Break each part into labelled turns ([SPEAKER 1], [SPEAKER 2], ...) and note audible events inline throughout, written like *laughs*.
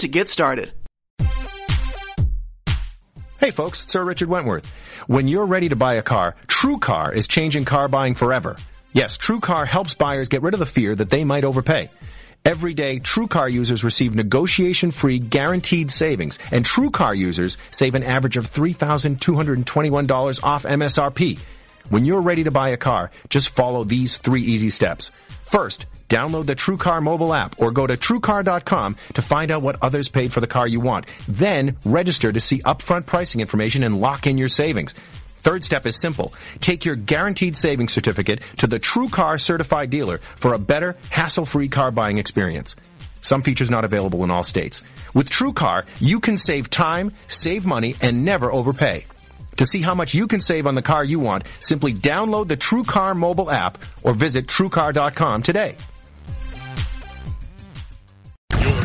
[SPEAKER 1] to get started.
[SPEAKER 2] Hey folks, it's Sir Richard Wentworth. When you're ready to buy a car, TrueCar is changing car buying forever. Yes, TrueCar helps buyers get rid of the fear that they might overpay. Every day, TrueCar users receive negotiation-free guaranteed savings, and TrueCar users save an average of $3,221 off MSRP. When you're ready to buy a car, just follow these three easy steps. First, download the TrueCar mobile app or go to TrueCar.com to find out what others paid for the car you want. Then register to see upfront pricing information and lock in your savings. Third step is simple. Take your guaranteed savings certificate to the TrueCar certified dealer for a better, hassle-free car buying experience. Some features not available in all states. With TrueCar, you can save time, save money, and never overpay. To see how much you can save on the car you want, simply download the TrueCar mobile app or visit TrueCar.com today.
[SPEAKER 3] You're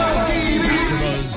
[SPEAKER 3] AfterBuzz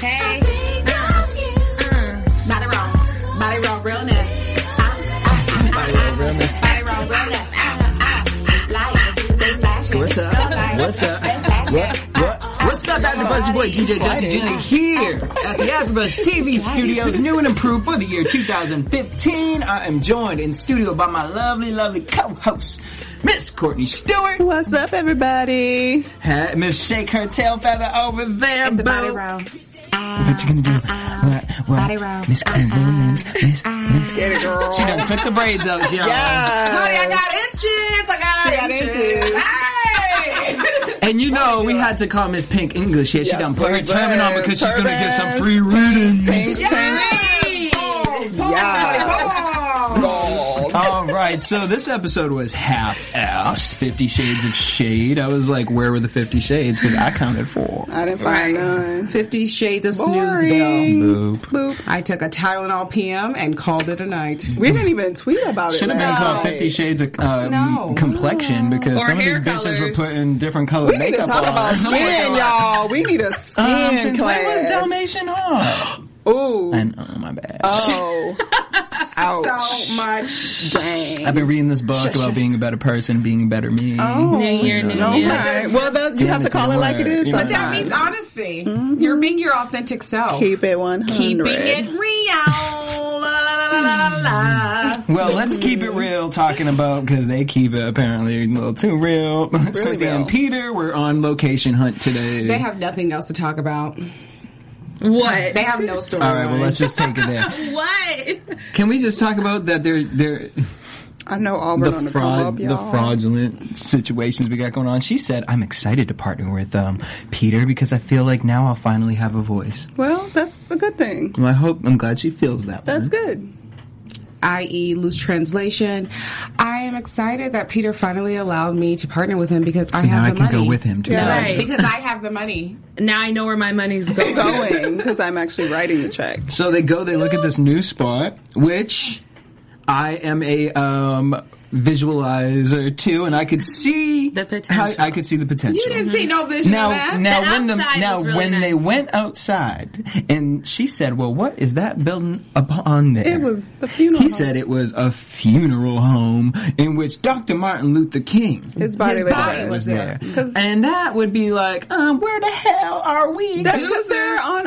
[SPEAKER 4] Hey. Body roll. Body roll realness. Ah, ah, ah, ah, ah. Body roll realness. Ah, ah, ah. Lights, they flashing.
[SPEAKER 5] What's up?
[SPEAKER 4] Lights,
[SPEAKER 5] What's up?
[SPEAKER 4] they flashing.
[SPEAKER 5] What? What? What's up, AfterBuzz? Your boy DJ Jesse Jr. here at the AfterBuzz TV studios, new and improved for the year 2015. I am joined in studio by my lovely, lovely co-host, Miss Courtney Stewart.
[SPEAKER 6] What's up, everybody?
[SPEAKER 5] Ha- Miss Shake Her Tail Feather over there,
[SPEAKER 6] It's a
[SPEAKER 5] boo.
[SPEAKER 6] body roll.
[SPEAKER 5] What you gonna do? What? What?
[SPEAKER 6] Body Uh-uh. roll.
[SPEAKER 5] Miss Courtney Williams. Miss. Miss. Get it, girl. She done took the braids out, John.
[SPEAKER 6] Honey,
[SPEAKER 5] I
[SPEAKER 6] I
[SPEAKER 5] got inches. I got,
[SPEAKER 6] I got inches.
[SPEAKER 5] And you know we had to call Miss Pink English. Yeah, she done put her
[SPEAKER 6] turban,
[SPEAKER 5] turban on because she's gonna get some
[SPEAKER 6] turban.
[SPEAKER 5] free readings. *laughs* All right, so this episode was half-assed, Fifty Shades of Shade. I was like, where were the Fifty Shades? Because I counted four.
[SPEAKER 6] I didn't find none.
[SPEAKER 7] Fifty Shades of
[SPEAKER 6] Boring.
[SPEAKER 7] Snoozeville.
[SPEAKER 5] Boop.
[SPEAKER 6] Boop.
[SPEAKER 7] I took a Tylenol PM and called it a night.
[SPEAKER 6] We didn't even tweet about it.
[SPEAKER 5] Should have been
[SPEAKER 6] last
[SPEAKER 5] called
[SPEAKER 6] night.
[SPEAKER 5] Fifty Shades of uh,
[SPEAKER 7] No.
[SPEAKER 5] Complexion because
[SPEAKER 8] Or
[SPEAKER 5] some of these
[SPEAKER 8] hair
[SPEAKER 5] bitches were
[SPEAKER 8] colors.
[SPEAKER 5] putting different colored
[SPEAKER 6] We need
[SPEAKER 5] makeup
[SPEAKER 6] to talk
[SPEAKER 5] on. *laughs*
[SPEAKER 6] about skin, y'all. We need a skin
[SPEAKER 5] Um, since when was
[SPEAKER 6] class.
[SPEAKER 5] Dalmatian Hawk?
[SPEAKER 6] Ooh.
[SPEAKER 5] *gasps* And oh my bad.
[SPEAKER 6] *laughs* Oh. Ouch.
[SPEAKER 7] So much.
[SPEAKER 6] Dang.
[SPEAKER 5] I've been reading this book about being a better person, being a better me.
[SPEAKER 6] Oh. New
[SPEAKER 5] So,
[SPEAKER 8] year,
[SPEAKER 5] you
[SPEAKER 8] new
[SPEAKER 5] know,
[SPEAKER 8] me.
[SPEAKER 6] Okay. Well, that, you
[SPEAKER 5] Damn
[SPEAKER 6] have
[SPEAKER 5] it,
[SPEAKER 6] to call
[SPEAKER 5] that
[SPEAKER 6] it like it
[SPEAKER 5] word.
[SPEAKER 6] is.
[SPEAKER 5] You know,
[SPEAKER 6] sometimes.
[SPEAKER 5] that
[SPEAKER 7] That means honesty. You're being your authentic self.
[SPEAKER 6] Mm-hmm. keep it one hundred.
[SPEAKER 7] Keeping it real. La, la, la, la, la, la, la.
[SPEAKER 5] Well, let's keep it real talking about because they keep it apparently a little too real. *laughs* Cynthia
[SPEAKER 6] real.
[SPEAKER 5] and Peter were on location hunt today.
[SPEAKER 7] They have nothing else to talk about.
[SPEAKER 8] What?
[SPEAKER 7] They have no story.
[SPEAKER 5] All right, well, let's just take it there.
[SPEAKER 8] What?
[SPEAKER 5] Can we just talk about that? They're they're
[SPEAKER 6] I know Auburn on
[SPEAKER 5] the
[SPEAKER 6] the come
[SPEAKER 5] fraud,
[SPEAKER 6] up,
[SPEAKER 5] the
[SPEAKER 6] y'all.
[SPEAKER 5] fraudulent situations we got going on. She said, "I'm excited to partner with um, Peter because I feel like now I'll finally have a voice."
[SPEAKER 6] Well, that's a good thing.
[SPEAKER 5] Well, I hope I'm glad she feels that.
[SPEAKER 6] That's
[SPEAKER 5] one.
[SPEAKER 6] good.
[SPEAKER 7] i.e., E, loose translation. I am excited that Peter finally allowed me to partner with him because I
[SPEAKER 5] So now
[SPEAKER 7] have the
[SPEAKER 5] I can go
[SPEAKER 7] money.
[SPEAKER 5] with him too.
[SPEAKER 6] Yeah.
[SPEAKER 7] Yes,
[SPEAKER 8] Right.
[SPEAKER 7] Because I have the money.
[SPEAKER 8] Now I know where my money's going.
[SPEAKER 6] *laughs* Going because I'm actually writing the check.
[SPEAKER 5] So they go, they look at this new spot, which I am a um, visualizer too, and I could see
[SPEAKER 8] The potential.
[SPEAKER 5] how- I could see the potential.
[SPEAKER 7] You didn't see no vision
[SPEAKER 5] now,
[SPEAKER 7] of that.
[SPEAKER 5] now
[SPEAKER 8] The
[SPEAKER 5] when the
[SPEAKER 8] outside
[SPEAKER 5] now
[SPEAKER 8] was really
[SPEAKER 5] when they
[SPEAKER 8] nice.
[SPEAKER 5] went outside, and she said, "Well, what is that building upon there?"
[SPEAKER 6] It was the funeral
[SPEAKER 5] He
[SPEAKER 6] home.
[SPEAKER 5] said it was a funeral home in which Dr. Martin Luther King
[SPEAKER 6] His body,
[SPEAKER 7] His
[SPEAKER 6] was
[SPEAKER 7] body
[SPEAKER 6] there.
[SPEAKER 5] was there,
[SPEAKER 6] 'Cause-
[SPEAKER 5] and that would be like, um, where the hell are we?
[SPEAKER 6] That's
[SPEAKER 5] dude?
[SPEAKER 6] because they're on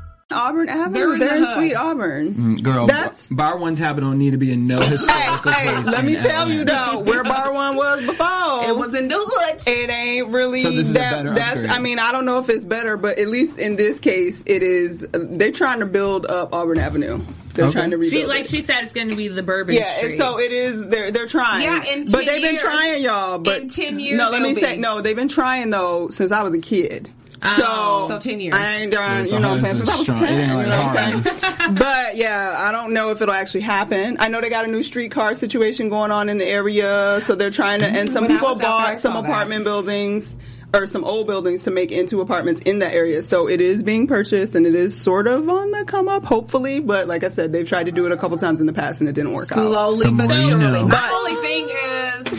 [SPEAKER 6] Auburn
[SPEAKER 9] They're
[SPEAKER 6] Avenue. They're
[SPEAKER 9] in
[SPEAKER 6] in,
[SPEAKER 9] the hood.
[SPEAKER 6] sweet Auburn.
[SPEAKER 5] Mm, Girl,
[SPEAKER 6] That's-
[SPEAKER 5] bar one tablet don't need to be in no historical
[SPEAKER 6] Hey,
[SPEAKER 5] place.
[SPEAKER 6] let
[SPEAKER 5] in
[SPEAKER 6] me tell
[SPEAKER 5] LA.
[SPEAKER 6] you though, where *laughs* Bar One was before,
[SPEAKER 9] It was in the hood.
[SPEAKER 6] It ain't really
[SPEAKER 5] So this is a
[SPEAKER 6] that.
[SPEAKER 5] better
[SPEAKER 6] that's.
[SPEAKER 5] upgrade.
[SPEAKER 6] I mean, I don't know if it's better, but at least in this case, it is. They're trying to build up Auburn Avenue. They're
[SPEAKER 5] Okay.
[SPEAKER 6] trying to rebuild.
[SPEAKER 8] She, like she said, it's going to be the Bourbon
[SPEAKER 6] it. yeah,
[SPEAKER 8] Street.
[SPEAKER 6] and so it is. They're they're trying.
[SPEAKER 7] Yeah, in 10
[SPEAKER 6] but they've been
[SPEAKER 7] years-
[SPEAKER 6] trying, y'all. But
[SPEAKER 7] in 10 years
[SPEAKER 6] no. Let me
[SPEAKER 7] it'll
[SPEAKER 6] say,
[SPEAKER 7] be.
[SPEAKER 6] no. They've been trying though since I was a kid. So,
[SPEAKER 7] Oh, so 10 years.
[SPEAKER 6] I ain't done,
[SPEAKER 5] It's
[SPEAKER 6] you know what I'm
[SPEAKER 5] 100
[SPEAKER 6] saying? Since I
[SPEAKER 5] strong.
[SPEAKER 6] was 10,
[SPEAKER 5] It ain't
[SPEAKER 6] you know what
[SPEAKER 5] like
[SPEAKER 6] I'm saying? *laughs* but yeah, I don't know if it'll actually happen. I know they got a new streetcar situation going on in the area, so they're trying to. And some
[SPEAKER 7] When I
[SPEAKER 6] people
[SPEAKER 7] was out there, I
[SPEAKER 6] bought some
[SPEAKER 7] saw that.
[SPEAKER 6] apartment buildings or some old buildings to make into apartments in that area. So it is being purchased and it is sort of on the come up, hopefully. But like I said, they've tried to do it a couple times in the past and it didn't work out.
[SPEAKER 7] Slowly
[SPEAKER 5] The
[SPEAKER 7] but
[SPEAKER 5] more you
[SPEAKER 7] surely.
[SPEAKER 5] know.
[SPEAKER 7] My only thing is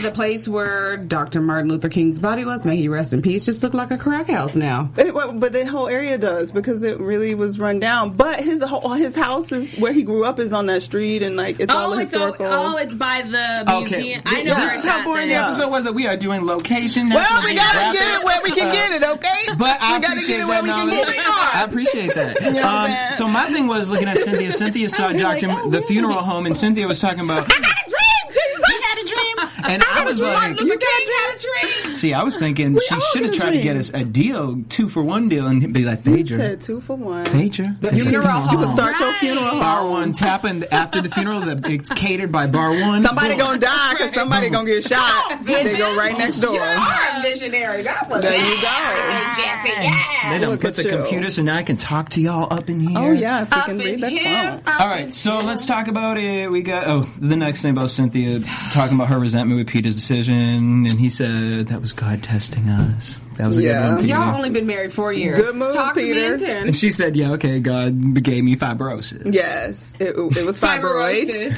[SPEAKER 7] the place where Dr. Martin Luther King's body was, may he rest in peace, just look like a crack house now.
[SPEAKER 6] It, well, but the whole area does because it really was run down. But his whole, his house is where he grew up is on that street and like it's all
[SPEAKER 8] oh, it's o-
[SPEAKER 6] historical.
[SPEAKER 8] oh, it's by the
[SPEAKER 5] Okay,
[SPEAKER 8] museum. I know.
[SPEAKER 5] this
[SPEAKER 8] where
[SPEAKER 5] is
[SPEAKER 8] it's
[SPEAKER 5] how
[SPEAKER 8] at
[SPEAKER 5] boring the
[SPEAKER 8] then.
[SPEAKER 5] episode was that we are doing location.
[SPEAKER 6] well,
[SPEAKER 5] national
[SPEAKER 6] we gotta get
[SPEAKER 5] geographic.
[SPEAKER 6] it where we can get it, okay?
[SPEAKER 5] But I
[SPEAKER 6] we gotta
[SPEAKER 5] appreciate
[SPEAKER 6] get it where
[SPEAKER 5] that
[SPEAKER 6] we can
[SPEAKER 5] knowledge.
[SPEAKER 6] get it.
[SPEAKER 5] I appreciate
[SPEAKER 6] *laughs*
[SPEAKER 5] that.
[SPEAKER 6] what I'm
[SPEAKER 5] Um,
[SPEAKER 6] saying?
[SPEAKER 5] so my thing was looking at Cynthia.
[SPEAKER 6] *laughs*
[SPEAKER 5] Cynthia saw Doctor
[SPEAKER 6] "Oh,
[SPEAKER 5] the funeral home, and Cynthia was talking about.
[SPEAKER 8] You had a dream.
[SPEAKER 5] And I was like,
[SPEAKER 6] You got
[SPEAKER 5] see, I was thinking she
[SPEAKER 6] all
[SPEAKER 5] should have
[SPEAKER 6] get a
[SPEAKER 5] tried to get
[SPEAKER 6] dream.
[SPEAKER 5] us a deal, two for one deal, and be like,
[SPEAKER 6] You said
[SPEAKER 5] Pager,
[SPEAKER 6] two for one.
[SPEAKER 5] Pager, Pager.
[SPEAKER 6] You can start your
[SPEAKER 8] Right.
[SPEAKER 6] funeral
[SPEAKER 5] Bar
[SPEAKER 6] home.
[SPEAKER 5] One tapping after the funeral. The, it's catered by Bar One.
[SPEAKER 6] Somebody
[SPEAKER 5] Boom.
[SPEAKER 6] gonna die because somebody gonna get shot. They go right next door.
[SPEAKER 7] I'm visionary. That was
[SPEAKER 6] There you go.
[SPEAKER 5] They done
[SPEAKER 6] Look
[SPEAKER 5] put
[SPEAKER 6] at
[SPEAKER 5] the
[SPEAKER 6] you.
[SPEAKER 5] computer, so now I can talk to y'all up in here.
[SPEAKER 6] Oh yes, you
[SPEAKER 7] Up
[SPEAKER 6] can
[SPEAKER 7] in
[SPEAKER 6] read
[SPEAKER 7] here,
[SPEAKER 6] that phone.
[SPEAKER 7] up
[SPEAKER 5] All
[SPEAKER 7] in
[SPEAKER 5] right, so let's talk about it. We got oh the next thing about Cynthia talking about her resentment with Peter's decision, and he said that was God testing us. That was a
[SPEAKER 6] Yeah.
[SPEAKER 5] good one, Peter.
[SPEAKER 7] *laughs* Y'all only been married four years.
[SPEAKER 6] Good move,
[SPEAKER 7] Talk
[SPEAKER 6] Peter.
[SPEAKER 7] To me in
[SPEAKER 5] and
[SPEAKER 7] 10.
[SPEAKER 5] she said, "Yeah, okay, God gave me fibrosis."
[SPEAKER 6] Yes, it, it was fibroids. *laughs* it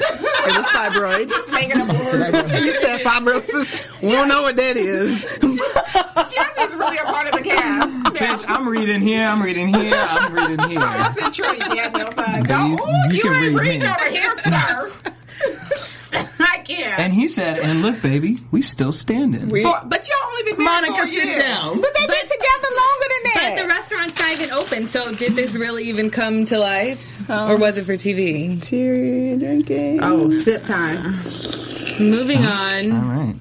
[SPEAKER 7] *laughs*
[SPEAKER 6] was fibroids. *laughs* You said fibrosis. We don't know what that is.
[SPEAKER 7] Jesse's really a part of the cast.
[SPEAKER 5] *laughs* Bitch, I'm reading here. I'm reading here. I'm reading
[SPEAKER 6] *laughs*
[SPEAKER 5] here.
[SPEAKER 7] Concentrate, Daniel. son.
[SPEAKER 5] But *laughs* you-
[SPEAKER 7] Go,
[SPEAKER 6] Oh,
[SPEAKER 7] ooh,
[SPEAKER 5] you
[SPEAKER 7] you,
[SPEAKER 5] can
[SPEAKER 7] ain't
[SPEAKER 5] read
[SPEAKER 7] reading
[SPEAKER 5] him.
[SPEAKER 7] over here, sir.
[SPEAKER 6] *laughs*
[SPEAKER 7] I can't.
[SPEAKER 5] And he said, "And look, baby, we still standing."
[SPEAKER 6] We-
[SPEAKER 7] Four- but y'all only been married
[SPEAKER 5] Monica,
[SPEAKER 7] four
[SPEAKER 5] sit
[SPEAKER 7] years.
[SPEAKER 5] down.
[SPEAKER 7] But they've been together longer than that.
[SPEAKER 8] But the restaurant's not even open, so did this really even come to life?
[SPEAKER 6] Um,
[SPEAKER 8] or was it for TV?
[SPEAKER 6] Cheery drinking.
[SPEAKER 7] Oh, sip time.
[SPEAKER 8] Moving on.
[SPEAKER 5] All right.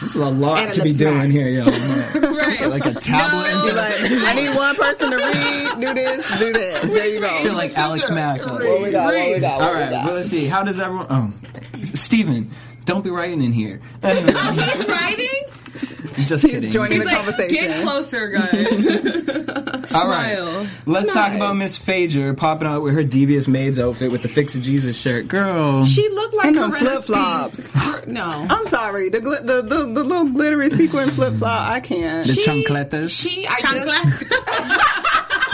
[SPEAKER 5] This is a lot
[SPEAKER 7] And a
[SPEAKER 5] to be
[SPEAKER 7] lip smack.
[SPEAKER 5] doing here, yo.
[SPEAKER 7] *laughs*
[SPEAKER 8] Right.
[SPEAKER 5] like a tablet. and
[SPEAKER 6] She
[SPEAKER 5] stuff.
[SPEAKER 6] like, I need one person to read, do this, do that. There you
[SPEAKER 5] I feel
[SPEAKER 6] go.
[SPEAKER 5] like Alex Mack. like-
[SPEAKER 6] What we got? What we got?
[SPEAKER 5] All
[SPEAKER 6] What we
[SPEAKER 5] right,
[SPEAKER 6] got?
[SPEAKER 5] well, let's see. How does everyone? Oh, Steven, don't be writing in here. Anyway,
[SPEAKER 8] He's writing?
[SPEAKER 5] just kidding.
[SPEAKER 6] He's joining uh, the
[SPEAKER 8] He's like, get
[SPEAKER 6] conversation.
[SPEAKER 8] closer, guys.
[SPEAKER 5] All right,
[SPEAKER 8] Smile.
[SPEAKER 5] let's talk about Miss Phager popping out with her devious maid's outfit with the Fix a Jesus shirt. Girl,
[SPEAKER 7] She looked like
[SPEAKER 6] And them
[SPEAKER 7] Corinna
[SPEAKER 6] flip-flops. *laughs*
[SPEAKER 7] Speed. No.
[SPEAKER 6] I'm sorry. The, gl- the the the little glittery sequin flip flop. I can't.
[SPEAKER 5] the chancletas.
[SPEAKER 7] She, I just,
[SPEAKER 8] Chanclas. *laughs*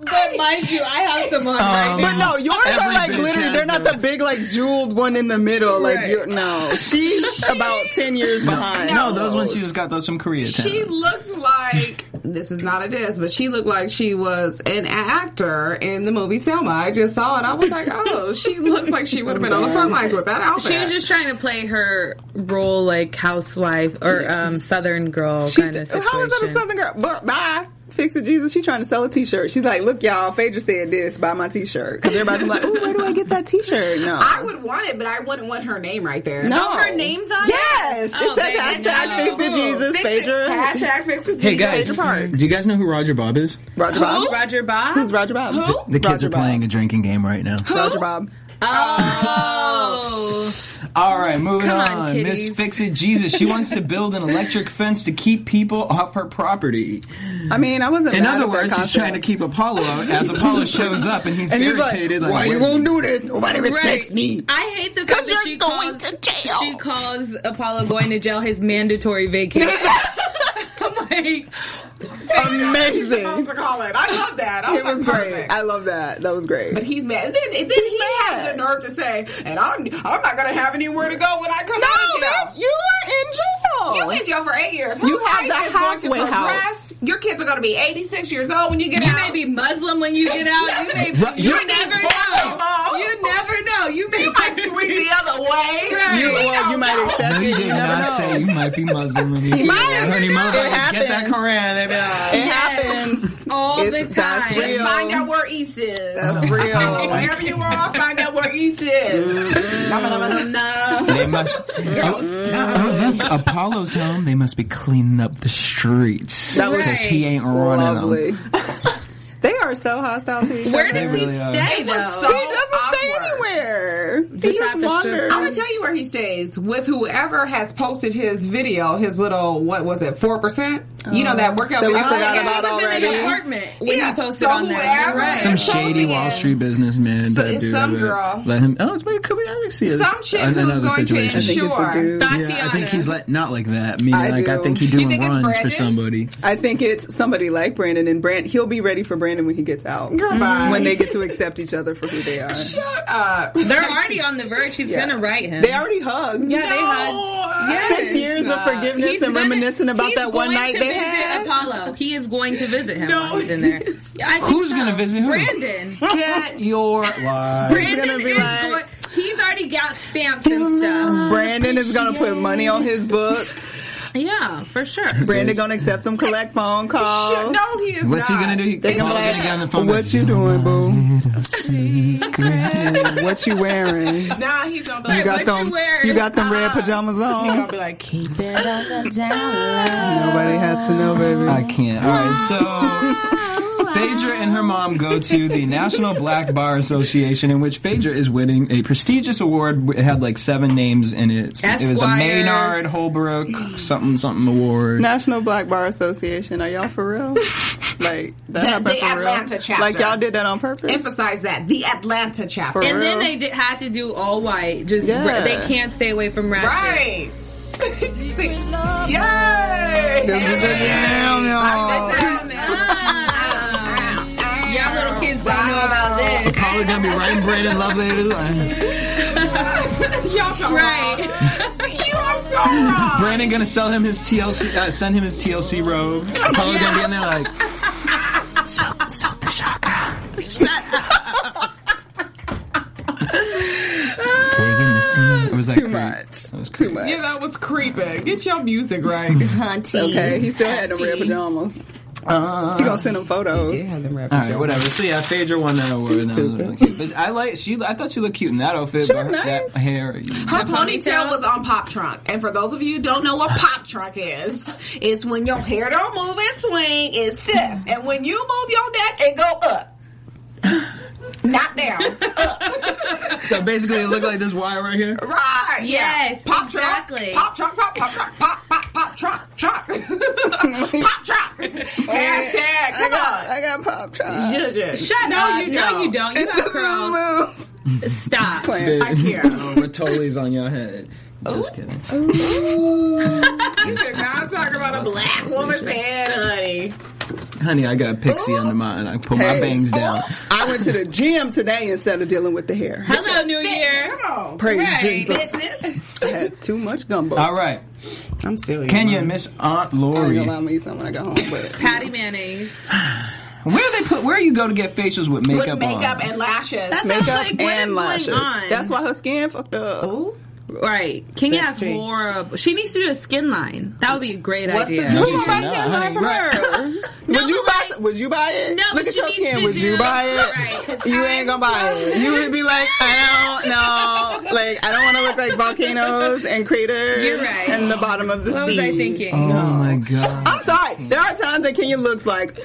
[SPEAKER 8] but mind you, I have some on right
[SPEAKER 6] But no, yours are
[SPEAKER 5] Every
[SPEAKER 6] like
[SPEAKER 5] bitch
[SPEAKER 6] glittery.
[SPEAKER 5] has
[SPEAKER 6] They're not
[SPEAKER 5] them.
[SPEAKER 6] the big like jeweled one in the middle. Like
[SPEAKER 8] Right.
[SPEAKER 6] you no, she's *laughs* about ten years behind.
[SPEAKER 5] no, those ones she just got those from Koreatown.
[SPEAKER 7] she looked like, this is not a diss, but she looked like she was an actor in the movie Selma. I just saw it. I was *laughs* like, oh, she looks like she would have been on the front lines with that outfit.
[SPEAKER 8] She was just trying to play her role like housewife or um, southern girl
[SPEAKER 6] She,
[SPEAKER 8] kind of situation.
[SPEAKER 6] how is that a Southern girl? But bye. Fix it, Jesus. She's trying to sell a T-shirt. She's like, "Look, y'all. Phaedra said this. Buy my T-shirt." Because everybody's like, "Ooh, where do I get that T-shirt?" No,
[SPEAKER 7] I would want it, but I wouldn't want her name right there.
[SPEAKER 6] No,
[SPEAKER 8] Oh, her name's on it?
[SPEAKER 6] Yes,
[SPEAKER 8] Oh,
[SPEAKER 6] it says
[SPEAKER 8] baby,
[SPEAKER 6] hashtag
[SPEAKER 8] no.
[SPEAKER 6] Fix it, Jesus. Phaedra.
[SPEAKER 7] Hashtag fix it.
[SPEAKER 5] hey guys,
[SPEAKER 6] Phaedra Parks.
[SPEAKER 5] do you guys know who Roger Bob is?
[SPEAKER 6] Roger Bob.
[SPEAKER 8] Roger Bob?
[SPEAKER 6] Who's Roger Bob?
[SPEAKER 7] Who?
[SPEAKER 5] The kids
[SPEAKER 6] Roger
[SPEAKER 5] are playing
[SPEAKER 6] Bob.
[SPEAKER 5] a drinking game right now.
[SPEAKER 6] Roger Bob.
[SPEAKER 8] Oh.
[SPEAKER 5] All right, moving
[SPEAKER 8] Come on,
[SPEAKER 5] on. Miss
[SPEAKER 8] kitties.
[SPEAKER 5] Fix It Jesus. She wants to build an electric fence to keep people off her property.
[SPEAKER 6] I mean, I wasn't.
[SPEAKER 5] In
[SPEAKER 6] mad
[SPEAKER 5] other
[SPEAKER 6] at that
[SPEAKER 5] words, he's
[SPEAKER 6] concept.
[SPEAKER 5] trying to keep Apollo out as
[SPEAKER 6] *laughs*
[SPEAKER 5] Apollo shows up and he's
[SPEAKER 6] And he's like,
[SPEAKER 5] irritated.
[SPEAKER 6] "Why you
[SPEAKER 5] where-
[SPEAKER 6] won't do this? Nobody respects
[SPEAKER 8] *laughs* Right.
[SPEAKER 6] me."
[SPEAKER 8] I hate the fact that
[SPEAKER 6] you're
[SPEAKER 8] she
[SPEAKER 6] going
[SPEAKER 8] calls, to jail. She
[SPEAKER 6] *laughs*
[SPEAKER 8] calls Apollo going to jail his mandatory vacation. I'm like,
[SPEAKER 7] She's
[SPEAKER 6] Amazing.
[SPEAKER 7] supposed to call it. I love that. I was
[SPEAKER 6] it
[SPEAKER 7] like,
[SPEAKER 6] was
[SPEAKER 7] perfect.
[SPEAKER 6] great. I love that. That was great.
[SPEAKER 7] But he's mad. And then, and then he had the nerve to say, "And I'm I'm not gonna have anywhere to go when I come
[SPEAKER 6] No,
[SPEAKER 7] out of jail."
[SPEAKER 6] bitch, you were in jail.
[SPEAKER 7] You in jail for eight years. Her
[SPEAKER 6] Oh. You have
[SPEAKER 7] life
[SPEAKER 6] the
[SPEAKER 7] is going to
[SPEAKER 6] halfway
[SPEAKER 7] progress.
[SPEAKER 6] house.
[SPEAKER 7] Your kids are going to be 86 years old when you get
[SPEAKER 8] *laughs* You
[SPEAKER 7] out.
[SPEAKER 8] may be Muslim when you get out. You may.
[SPEAKER 7] Right.
[SPEAKER 8] You
[SPEAKER 7] You're
[SPEAKER 8] never
[SPEAKER 7] being
[SPEAKER 8] know.
[SPEAKER 7] born.
[SPEAKER 8] You never know. You may.
[SPEAKER 7] You *laughs* might swing the other
[SPEAKER 6] *laughs*
[SPEAKER 7] way.
[SPEAKER 8] Right.
[SPEAKER 6] You, well, you might accept
[SPEAKER 5] No,
[SPEAKER 6] it.
[SPEAKER 5] you
[SPEAKER 6] You
[SPEAKER 5] did
[SPEAKER 6] never
[SPEAKER 5] not
[SPEAKER 6] know.
[SPEAKER 5] say you might be Muslim.
[SPEAKER 6] *laughs*
[SPEAKER 5] When you
[SPEAKER 6] He might have
[SPEAKER 5] Honey,
[SPEAKER 6] been.
[SPEAKER 5] mother,
[SPEAKER 6] It
[SPEAKER 5] get that
[SPEAKER 6] happens.
[SPEAKER 5] Quran. They be like,
[SPEAKER 6] It
[SPEAKER 8] Yes.
[SPEAKER 6] happens.
[SPEAKER 8] all the
[SPEAKER 6] It's- that's
[SPEAKER 8] time.
[SPEAKER 6] real.
[SPEAKER 7] Find out where East is.
[SPEAKER 6] That's real.
[SPEAKER 7] Wherever you are, find out where East
[SPEAKER 6] *laughs*
[SPEAKER 7] is. Nom, nom, nom, nom, nom.
[SPEAKER 5] They must. Oh, oh, look, Apollo's home. They must be cleaning up the streets
[SPEAKER 6] That was
[SPEAKER 5] because he ain't running
[SPEAKER 6] Lovely.
[SPEAKER 5] them.
[SPEAKER 6] they are so hostile to each
[SPEAKER 8] Where
[SPEAKER 6] other.
[SPEAKER 8] does he
[SPEAKER 5] really are.
[SPEAKER 8] stay
[SPEAKER 7] It was
[SPEAKER 8] though?
[SPEAKER 7] so-
[SPEAKER 6] he doesn't stay
[SPEAKER 7] Awkward.
[SPEAKER 6] anywhere. he
[SPEAKER 8] at
[SPEAKER 6] just
[SPEAKER 8] the strip
[SPEAKER 6] wanders.
[SPEAKER 7] I'm gonna tell you where he stays with whoever has posted his video, his little what was it, four percent? You know that workout
[SPEAKER 6] Oh. That we
[SPEAKER 7] video.
[SPEAKER 6] forgot
[SPEAKER 8] Yeah,
[SPEAKER 6] about
[SPEAKER 8] he was in
[SPEAKER 6] already.
[SPEAKER 8] an apartment when
[SPEAKER 7] Yeah.
[SPEAKER 8] he posted
[SPEAKER 7] So
[SPEAKER 8] on that.
[SPEAKER 7] whoever-
[SPEAKER 8] Right.
[SPEAKER 5] Some
[SPEAKER 7] It's
[SPEAKER 5] shady
[SPEAKER 7] closing
[SPEAKER 5] Wall
[SPEAKER 7] in.
[SPEAKER 5] Street businessman.
[SPEAKER 7] So-
[SPEAKER 5] that
[SPEAKER 7] it's
[SPEAKER 5] dude,
[SPEAKER 7] some
[SPEAKER 5] uh,
[SPEAKER 7] girl.
[SPEAKER 5] Let him. Oh, it's maybe could be. I can see it.
[SPEAKER 7] Some chick who's
[SPEAKER 5] another
[SPEAKER 7] going
[SPEAKER 5] situation.
[SPEAKER 7] to
[SPEAKER 6] think it's a
[SPEAKER 7] ensure.
[SPEAKER 6] dude.
[SPEAKER 5] Yeah, I
[SPEAKER 8] Tatiana.
[SPEAKER 5] think he's like not like that. Meaning,
[SPEAKER 6] I
[SPEAKER 5] like I
[SPEAKER 6] do.
[SPEAKER 5] think he's
[SPEAKER 6] You
[SPEAKER 5] doing
[SPEAKER 7] think it's
[SPEAKER 5] runs for
[SPEAKER 7] Brandon?
[SPEAKER 5] somebody.
[SPEAKER 6] I think it's somebody like Brandon and Brand. He'll be ready for Brandon when he gets out.
[SPEAKER 7] Goodbye.
[SPEAKER 6] When they get to accept each other for who they are.
[SPEAKER 7] Shut up.
[SPEAKER 8] They're already on the verge. He's
[SPEAKER 6] Yeah.
[SPEAKER 8] gonna write him.
[SPEAKER 6] They already hugged.
[SPEAKER 8] Yeah, they
[SPEAKER 7] No.
[SPEAKER 8] had yes.
[SPEAKER 6] Six years of forgiveness
[SPEAKER 8] He's
[SPEAKER 6] and
[SPEAKER 8] gonna-
[SPEAKER 6] reminiscing about
[SPEAKER 8] he's
[SPEAKER 6] that one
[SPEAKER 8] going
[SPEAKER 6] night
[SPEAKER 8] to
[SPEAKER 6] they
[SPEAKER 8] visit
[SPEAKER 6] had.
[SPEAKER 8] Apollo. He is going to visit him
[SPEAKER 7] No,
[SPEAKER 8] while he's in there. Yeah, I think
[SPEAKER 5] Who's
[SPEAKER 8] so.
[SPEAKER 5] gonna visit who?
[SPEAKER 8] Brandon. *laughs*
[SPEAKER 5] Get *laughs* your life.
[SPEAKER 8] Brandon
[SPEAKER 6] gonna be
[SPEAKER 8] is
[SPEAKER 6] like-
[SPEAKER 8] going. He's already got stamps and stuff.
[SPEAKER 6] Brandon is gonna put money on his book.
[SPEAKER 8] Yeah, for sure.
[SPEAKER 6] Brandon gonna accept them collect phone calls.
[SPEAKER 7] Shit, no, he is
[SPEAKER 5] What's he
[SPEAKER 7] not.
[SPEAKER 5] gonna do? He
[SPEAKER 6] They gonna
[SPEAKER 5] Apollo's
[SPEAKER 6] be
[SPEAKER 5] gonna get on the
[SPEAKER 6] like,
[SPEAKER 5] phone.
[SPEAKER 6] "What you doing, boo?
[SPEAKER 5] boo?"
[SPEAKER 6] what you wearing? You
[SPEAKER 7] Nah, he's gonna be like,
[SPEAKER 6] got
[SPEAKER 8] What you
[SPEAKER 6] them.
[SPEAKER 8] wearing?
[SPEAKER 6] You got them red
[SPEAKER 8] *laughs*
[SPEAKER 6] pajamas
[SPEAKER 7] he's
[SPEAKER 6] on.
[SPEAKER 7] gonna be like, keep
[SPEAKER 6] Nobody has to know, baby.
[SPEAKER 5] I can't. All right, so Phaedra and her mom go to the National Black Bar Association, in which Phaedra is winning a prestigious award. It had like seven names in it. It was the
[SPEAKER 8] Esquire.
[SPEAKER 5] Maynard Holbrook something something award.
[SPEAKER 6] National Black Bar Association. Are y'all for
[SPEAKER 8] *laughs*
[SPEAKER 6] real? Like
[SPEAKER 7] The-
[SPEAKER 6] that happened
[SPEAKER 7] the
[SPEAKER 6] for
[SPEAKER 7] Atlanta
[SPEAKER 6] real?
[SPEAKER 7] chapter.
[SPEAKER 6] Like y'all did that on purpose?
[SPEAKER 7] emphasize that the Atlanta chapter.
[SPEAKER 6] For
[SPEAKER 8] And then
[SPEAKER 6] real?
[SPEAKER 8] they did, had to do all white. Just
[SPEAKER 6] Yeah.
[SPEAKER 8] they can't stay away from ratchet.
[SPEAKER 7] Right. *laughs* Yay!
[SPEAKER 6] Damn, y'all.
[SPEAKER 8] Ah. Y'all little kids don't know about this.
[SPEAKER 5] Apollo gonna be writing Brandon Love later.
[SPEAKER 7] Y'all so
[SPEAKER 8] Right.
[SPEAKER 7] You are so wrong.
[SPEAKER 5] Brandon gonna sell him his TLC, uh, send him his TLC robe. Apollo gonna be in there like, suck, suck the chakra. Taking the scene. It was like
[SPEAKER 6] Too much.
[SPEAKER 5] That was
[SPEAKER 6] Too
[SPEAKER 5] great.
[SPEAKER 6] much.
[SPEAKER 7] Yeah, that was creepy. Get your music right.
[SPEAKER 6] Okay, he still had them red pajamas. You
[SPEAKER 5] Uh,
[SPEAKER 6] gonna send him
[SPEAKER 5] *laughs*
[SPEAKER 6] photos?
[SPEAKER 5] All right, whatever. So yeah, Phaedra won that award. and that was really cute. But I like she. I thought she looked cute in that outfit. but her,
[SPEAKER 6] looked nice.
[SPEAKER 5] that hair. you-
[SPEAKER 7] Her ponytail was on pop trunk, and for those of you who don't know what pop trunk is, it's when your hair don't move and swing, it's stiff, and when you move your neck, it go up, not down.
[SPEAKER 5] So basically, it looked like this wire right here.
[SPEAKER 7] Right.
[SPEAKER 8] Yes,
[SPEAKER 7] Pop
[SPEAKER 8] exactly.
[SPEAKER 7] Truck, pop truck, pop, pop truck, pop, pop, pop truck, truck. *laughs* pop truck.
[SPEAKER 6] *laughs*
[SPEAKER 7] Hashtag.
[SPEAKER 6] I
[SPEAKER 7] Come
[SPEAKER 6] got,
[SPEAKER 7] on.
[SPEAKER 6] I got pop chops.
[SPEAKER 8] Shut
[SPEAKER 7] No,
[SPEAKER 8] up.
[SPEAKER 7] you
[SPEAKER 8] No,
[SPEAKER 7] don't.
[SPEAKER 8] you don't. You
[SPEAKER 6] It
[SPEAKER 8] have
[SPEAKER 6] doesn't
[SPEAKER 8] curls.
[SPEAKER 6] move.
[SPEAKER 8] Stop.
[SPEAKER 5] I *laughs*
[SPEAKER 7] can't.
[SPEAKER 5] Oh, Rotolis on your head.
[SPEAKER 6] Oh.
[SPEAKER 5] Just kidding.
[SPEAKER 7] *laughs* You did not talk about a black woman's head, honey.
[SPEAKER 5] Honey, I got a pixie under mine. I pull my
[SPEAKER 6] Hey. Oh,
[SPEAKER 5] bangs down.
[SPEAKER 6] I went to the gym today instead of dealing with the hair.
[SPEAKER 8] Hello, New Year.
[SPEAKER 7] Come on.
[SPEAKER 6] Praise
[SPEAKER 8] Right.
[SPEAKER 6] Jesus.
[SPEAKER 7] Business.
[SPEAKER 6] I had too much gumbo.
[SPEAKER 5] All right.
[SPEAKER 7] I'm serious.
[SPEAKER 5] Kenya, Miss Aunt
[SPEAKER 6] I ain't
[SPEAKER 5] Lori.
[SPEAKER 6] gonna lie, I'm gonna eat something when I got home, but
[SPEAKER 8] Patty mayonnaise.
[SPEAKER 5] Where they put? Where you go to get facials with makeup,
[SPEAKER 7] With makeup
[SPEAKER 5] on?
[SPEAKER 7] and lashes.
[SPEAKER 8] That's
[SPEAKER 6] makeup
[SPEAKER 8] like, what is
[SPEAKER 6] and
[SPEAKER 8] going
[SPEAKER 6] lashes.
[SPEAKER 8] on?
[SPEAKER 6] That's why her skin fucked up.
[SPEAKER 8] Right. Kenya has
[SPEAKER 7] Sixteen.
[SPEAKER 8] horrible. She needs to do a skin line. That would be a great
[SPEAKER 7] What's the
[SPEAKER 8] idea.
[SPEAKER 6] Who
[SPEAKER 5] You
[SPEAKER 6] gonna
[SPEAKER 5] should
[SPEAKER 6] buy
[SPEAKER 5] know,
[SPEAKER 6] skin line
[SPEAKER 5] honey.
[SPEAKER 6] from
[SPEAKER 8] *laughs*
[SPEAKER 5] Right.
[SPEAKER 6] her?
[SPEAKER 8] No,
[SPEAKER 6] Would you
[SPEAKER 8] but
[SPEAKER 6] buy?
[SPEAKER 8] like-
[SPEAKER 6] would you buy it?
[SPEAKER 8] No, but
[SPEAKER 6] Look at
[SPEAKER 8] she
[SPEAKER 6] your
[SPEAKER 8] needs
[SPEAKER 6] skin.
[SPEAKER 8] to
[SPEAKER 6] Would you
[SPEAKER 8] do-
[SPEAKER 6] buy it?
[SPEAKER 8] Right, 'cause
[SPEAKER 6] You
[SPEAKER 8] I-
[SPEAKER 6] ain't gonna buy it. You would be like, I don't know. Like, I don't want to look like volcanoes and craters
[SPEAKER 8] You're right.
[SPEAKER 6] and the bottom of the
[SPEAKER 8] What
[SPEAKER 6] sea.
[SPEAKER 8] was I thinking?
[SPEAKER 5] Oh my god.
[SPEAKER 6] I'm sorry. There are times that Kenya looks like,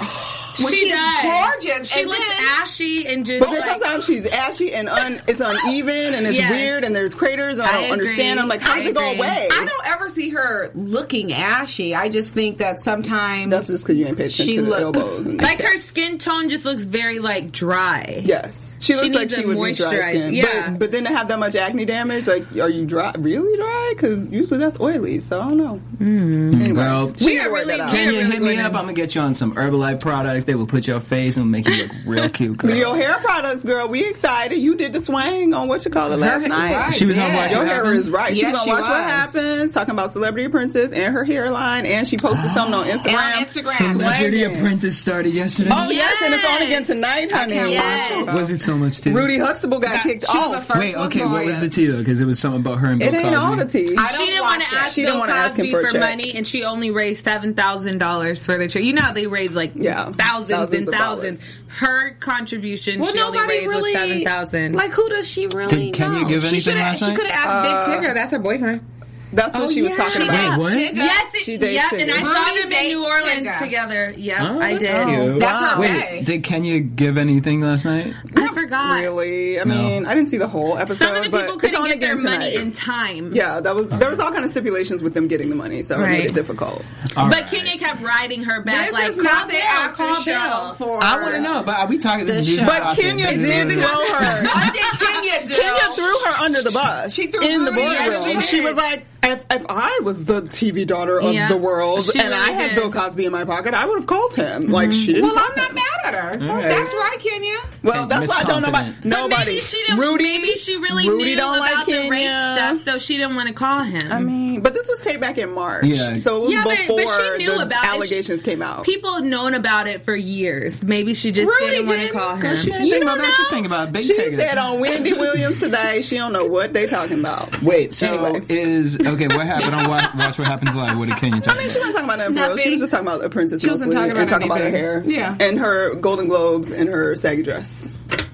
[SPEAKER 8] She
[SPEAKER 7] she's
[SPEAKER 8] does.
[SPEAKER 7] gorgeous,
[SPEAKER 8] She
[SPEAKER 7] and
[SPEAKER 8] looks
[SPEAKER 7] then-
[SPEAKER 8] ashy and just
[SPEAKER 6] but then
[SPEAKER 8] like
[SPEAKER 6] sometimes she's ashy and un, it's uneven and it's
[SPEAKER 8] Yes.
[SPEAKER 6] weird and there's craters and I
[SPEAKER 8] I
[SPEAKER 6] don't understand.
[SPEAKER 8] agree.
[SPEAKER 6] I'm like, how does
[SPEAKER 8] I
[SPEAKER 6] it go
[SPEAKER 8] agree.
[SPEAKER 6] away?
[SPEAKER 7] I don't ever see her looking ashy. I just think that sometimes
[SPEAKER 6] That's just because you ain't paying attention
[SPEAKER 7] She
[SPEAKER 6] to the
[SPEAKER 7] look-
[SPEAKER 6] elbows. And
[SPEAKER 8] like her skin tone just looks very like dry.
[SPEAKER 6] yes. She looks
[SPEAKER 8] needs
[SPEAKER 6] like
[SPEAKER 8] to
[SPEAKER 6] she would be dry
[SPEAKER 8] moisturize.
[SPEAKER 6] skin.
[SPEAKER 8] Yeah.
[SPEAKER 6] But, but then to have that much acne damage, like, are you dry? Really dry? Because usually that's oily. So I don't know.
[SPEAKER 5] Mm, girl,
[SPEAKER 6] We are really- we are
[SPEAKER 5] Can you
[SPEAKER 6] really
[SPEAKER 5] hit me
[SPEAKER 6] going
[SPEAKER 5] up?
[SPEAKER 6] in.
[SPEAKER 5] I'm gonna get you on some Herbalife product that will put your face and make you look
[SPEAKER 6] *laughs*
[SPEAKER 5] real cute, girl.
[SPEAKER 6] Your hair products, girl. We excited. You did the swang on what you call it last
[SPEAKER 5] Right,
[SPEAKER 6] night.
[SPEAKER 5] right, She was on yeah. Watch
[SPEAKER 6] Your
[SPEAKER 5] What
[SPEAKER 6] hair
[SPEAKER 5] Happens?
[SPEAKER 6] is right. she
[SPEAKER 5] Yes,
[SPEAKER 6] was on
[SPEAKER 5] she
[SPEAKER 6] Watch What
[SPEAKER 5] was.
[SPEAKER 6] Happens, talking about Celebrity Princess and her hairline, and she posted something on Instagram.
[SPEAKER 5] Celebrity
[SPEAKER 6] Swanging.
[SPEAKER 5] Apprentice started yesterday.
[SPEAKER 6] Oh yes, and it's on again tonight, honey.
[SPEAKER 5] Was it so much tea?
[SPEAKER 6] Rudy Huxtable got kicked
[SPEAKER 5] She was
[SPEAKER 6] off.
[SPEAKER 5] Wait, okay, what was the tea though? Because it was something about her and Bill
[SPEAKER 6] It ain't all
[SPEAKER 5] Cosby.
[SPEAKER 6] the tea.
[SPEAKER 8] she didn't want to ask
[SPEAKER 6] She
[SPEAKER 8] Bill
[SPEAKER 6] didn't want to ask him
[SPEAKER 8] Cosby
[SPEAKER 6] for
[SPEAKER 8] for,
[SPEAKER 6] a check.
[SPEAKER 8] money, and she only raised seven thousand dollars for the trip. You know how they raise like thousands,
[SPEAKER 6] thousands
[SPEAKER 8] and
[SPEAKER 6] of
[SPEAKER 8] thousands. Her contribution,
[SPEAKER 7] *laughs* Well,
[SPEAKER 8] she only
[SPEAKER 7] nobody
[SPEAKER 8] raised
[SPEAKER 7] really-
[SPEAKER 8] was seven thousand.
[SPEAKER 7] Like, who does she really
[SPEAKER 8] Did- can
[SPEAKER 7] know?
[SPEAKER 8] you give
[SPEAKER 7] she
[SPEAKER 8] anything
[SPEAKER 7] shoulda-
[SPEAKER 8] last
[SPEAKER 7] She
[SPEAKER 8] night?
[SPEAKER 7] could have asked
[SPEAKER 8] Uh,
[SPEAKER 7] Big Tigger.
[SPEAKER 8] That's her boyfriend.
[SPEAKER 6] That's
[SPEAKER 7] what she was talking
[SPEAKER 8] She
[SPEAKER 7] about.
[SPEAKER 8] dates
[SPEAKER 7] Wait, what?
[SPEAKER 8] Tigger. Yes, it,
[SPEAKER 7] She dates
[SPEAKER 8] yes, and I
[SPEAKER 7] Tigger.
[SPEAKER 8] saw
[SPEAKER 7] Mommy
[SPEAKER 8] them in
[SPEAKER 7] dates
[SPEAKER 8] New Orleans
[SPEAKER 7] Tigger.
[SPEAKER 8] together. Yep,
[SPEAKER 5] Oh,
[SPEAKER 8] I
[SPEAKER 5] that's
[SPEAKER 8] did.
[SPEAKER 5] cute. Wait,
[SPEAKER 8] Wait.
[SPEAKER 5] did can you give anything last night?
[SPEAKER 8] I forgot.
[SPEAKER 6] Really? I mean, I didn't see the whole episode.
[SPEAKER 8] Some of the
[SPEAKER 6] but
[SPEAKER 8] people
[SPEAKER 6] it's
[SPEAKER 8] couldn't
[SPEAKER 6] on
[SPEAKER 8] get their
[SPEAKER 6] again
[SPEAKER 8] money
[SPEAKER 6] tonight.
[SPEAKER 8] in time.
[SPEAKER 6] Yeah, that was there was all kind of stipulations with them getting the money, so it made
[SPEAKER 8] Right.
[SPEAKER 6] it difficult.
[SPEAKER 8] but Kenya kept riding her back.
[SPEAKER 7] This
[SPEAKER 8] like,
[SPEAKER 7] is not
[SPEAKER 8] call
[SPEAKER 7] the
[SPEAKER 8] Bill,
[SPEAKER 7] after
[SPEAKER 8] call
[SPEAKER 7] show
[SPEAKER 8] Bill.
[SPEAKER 7] for-
[SPEAKER 5] I want to know, but are we talking this is
[SPEAKER 6] But Kenya did throw her.
[SPEAKER 7] What did Kenya do?
[SPEAKER 6] Kenya threw her under the bus. She
[SPEAKER 7] threw
[SPEAKER 6] in
[SPEAKER 7] her
[SPEAKER 6] the
[SPEAKER 7] under-
[SPEAKER 6] boardroom.
[SPEAKER 7] Yes, she
[SPEAKER 6] she,
[SPEAKER 7] did.
[SPEAKER 6] was like, if, if I was the TV daughter of
[SPEAKER 7] Yeah.
[SPEAKER 6] the world
[SPEAKER 7] She
[SPEAKER 6] and I
[SPEAKER 7] really
[SPEAKER 6] had
[SPEAKER 7] did.
[SPEAKER 6] Bill Cosby in my pocket, I would have called him. Like she didn't.
[SPEAKER 7] Well, I'm not mad at her.
[SPEAKER 6] Mm-hmm. All right.
[SPEAKER 7] That's right, Kenya.
[SPEAKER 6] Well, that's
[SPEAKER 7] Miss
[SPEAKER 6] why I don't know about
[SPEAKER 7] Confident.
[SPEAKER 6] nobody.
[SPEAKER 8] Maybe she didn't.
[SPEAKER 6] Rudy,
[SPEAKER 8] maybe she really
[SPEAKER 6] Rudy
[SPEAKER 8] knew
[SPEAKER 6] don't
[SPEAKER 8] about
[SPEAKER 6] like
[SPEAKER 8] the rape
[SPEAKER 6] Kenya.
[SPEAKER 8] stuff, so she didn't want to call him.
[SPEAKER 6] I mean, but this was taped back in March,
[SPEAKER 5] Mm. Yeah.
[SPEAKER 6] so it was
[SPEAKER 8] Yeah, but- but she
[SPEAKER 6] before
[SPEAKER 8] knew
[SPEAKER 6] the
[SPEAKER 8] about it.
[SPEAKER 6] allegations came out.
[SPEAKER 8] People had known about it for years. Maybe she just
[SPEAKER 6] Rudy
[SPEAKER 8] didn't want to
[SPEAKER 6] didn't.
[SPEAKER 8] call him.
[SPEAKER 6] Girl, she didn't think about that. She think
[SPEAKER 5] about Big
[SPEAKER 6] She
[SPEAKER 5] Tigger.
[SPEAKER 6] said on Wendy Williams today, she don't know what they talking about.
[SPEAKER 5] Wait, so
[SPEAKER 6] Anyway.
[SPEAKER 5] is okay? What happened on Watch, Watch What Happens Live? What did Kenya talk
[SPEAKER 6] I mean,
[SPEAKER 5] about?
[SPEAKER 6] she wasn't talking about nothing for real. She
[SPEAKER 7] Nothing.
[SPEAKER 6] was just talking about the princess.
[SPEAKER 7] She wasn't
[SPEAKER 6] Mostly
[SPEAKER 7] talking
[SPEAKER 6] and
[SPEAKER 7] about
[SPEAKER 6] talking about her hair,
[SPEAKER 7] anything. Yeah.
[SPEAKER 6] and her Golden Globes and her saggy dress.
[SPEAKER 7] It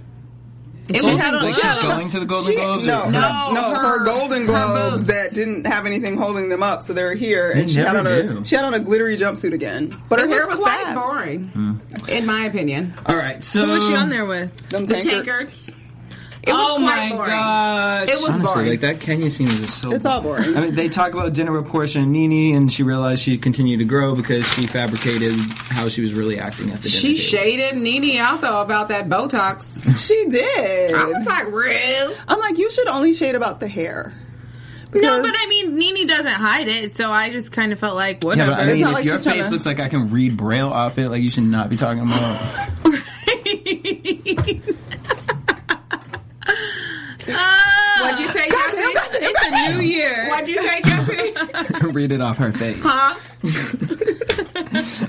[SPEAKER 6] She
[SPEAKER 7] was-
[SPEAKER 6] had on-
[SPEAKER 7] like she's
[SPEAKER 6] yeah.
[SPEAKER 5] going to the Golden
[SPEAKER 6] She-
[SPEAKER 5] Globes
[SPEAKER 6] No,
[SPEAKER 5] or-
[SPEAKER 6] no,
[SPEAKER 5] No,
[SPEAKER 6] no, her,
[SPEAKER 5] her-
[SPEAKER 6] Golden Globes that didn't have anything holding them up, so they were here.
[SPEAKER 5] They
[SPEAKER 6] and she had on
[SPEAKER 5] never
[SPEAKER 6] a
[SPEAKER 5] do.
[SPEAKER 6] she had on a glittery jumpsuit again, but her
[SPEAKER 7] It
[SPEAKER 6] hair
[SPEAKER 7] was
[SPEAKER 6] was
[SPEAKER 7] quite
[SPEAKER 6] fab.
[SPEAKER 7] boring,
[SPEAKER 8] Hmm.
[SPEAKER 7] in my opinion.
[SPEAKER 5] All right, so
[SPEAKER 8] Who was she on there with?
[SPEAKER 6] Them
[SPEAKER 7] The
[SPEAKER 6] tankards.
[SPEAKER 7] tankards. It was
[SPEAKER 8] Oh
[SPEAKER 7] quite
[SPEAKER 8] my
[SPEAKER 7] boring.
[SPEAKER 5] gosh.
[SPEAKER 7] It was
[SPEAKER 5] uh, Honestly,
[SPEAKER 7] boring.
[SPEAKER 5] like that Kenya scene was just so.
[SPEAKER 6] It's all boring.
[SPEAKER 5] I mean, they talk about dinner with Portia and Nene, and she realized she continued to grow because she fabricated how she was really acting at the dinner.
[SPEAKER 7] She
[SPEAKER 5] table.
[SPEAKER 7] shaded Nene out though about that Botox.
[SPEAKER 6] She did.
[SPEAKER 7] I was like, real?
[SPEAKER 6] I'm like, you should only shade about the hair.
[SPEAKER 8] No,
[SPEAKER 6] Because-
[SPEAKER 8] but I mean, Nene doesn't hide it, so I just kind of felt like
[SPEAKER 5] Yeah,
[SPEAKER 8] whatever.
[SPEAKER 5] but I mean, if
[SPEAKER 6] like
[SPEAKER 5] your
[SPEAKER 6] she's trying
[SPEAKER 5] face
[SPEAKER 6] to-
[SPEAKER 5] looks like I can read braille off it, like you should not be talking about. *laughs*
[SPEAKER 7] What'd you say,
[SPEAKER 6] God
[SPEAKER 7] Cassie?
[SPEAKER 6] damn, God damn, God
[SPEAKER 8] Oh! it's a new year.
[SPEAKER 7] What'd you say,
[SPEAKER 6] *laughs*
[SPEAKER 7] Cassie?
[SPEAKER 5] read it off her face.
[SPEAKER 7] huh?
[SPEAKER 5] *laughs*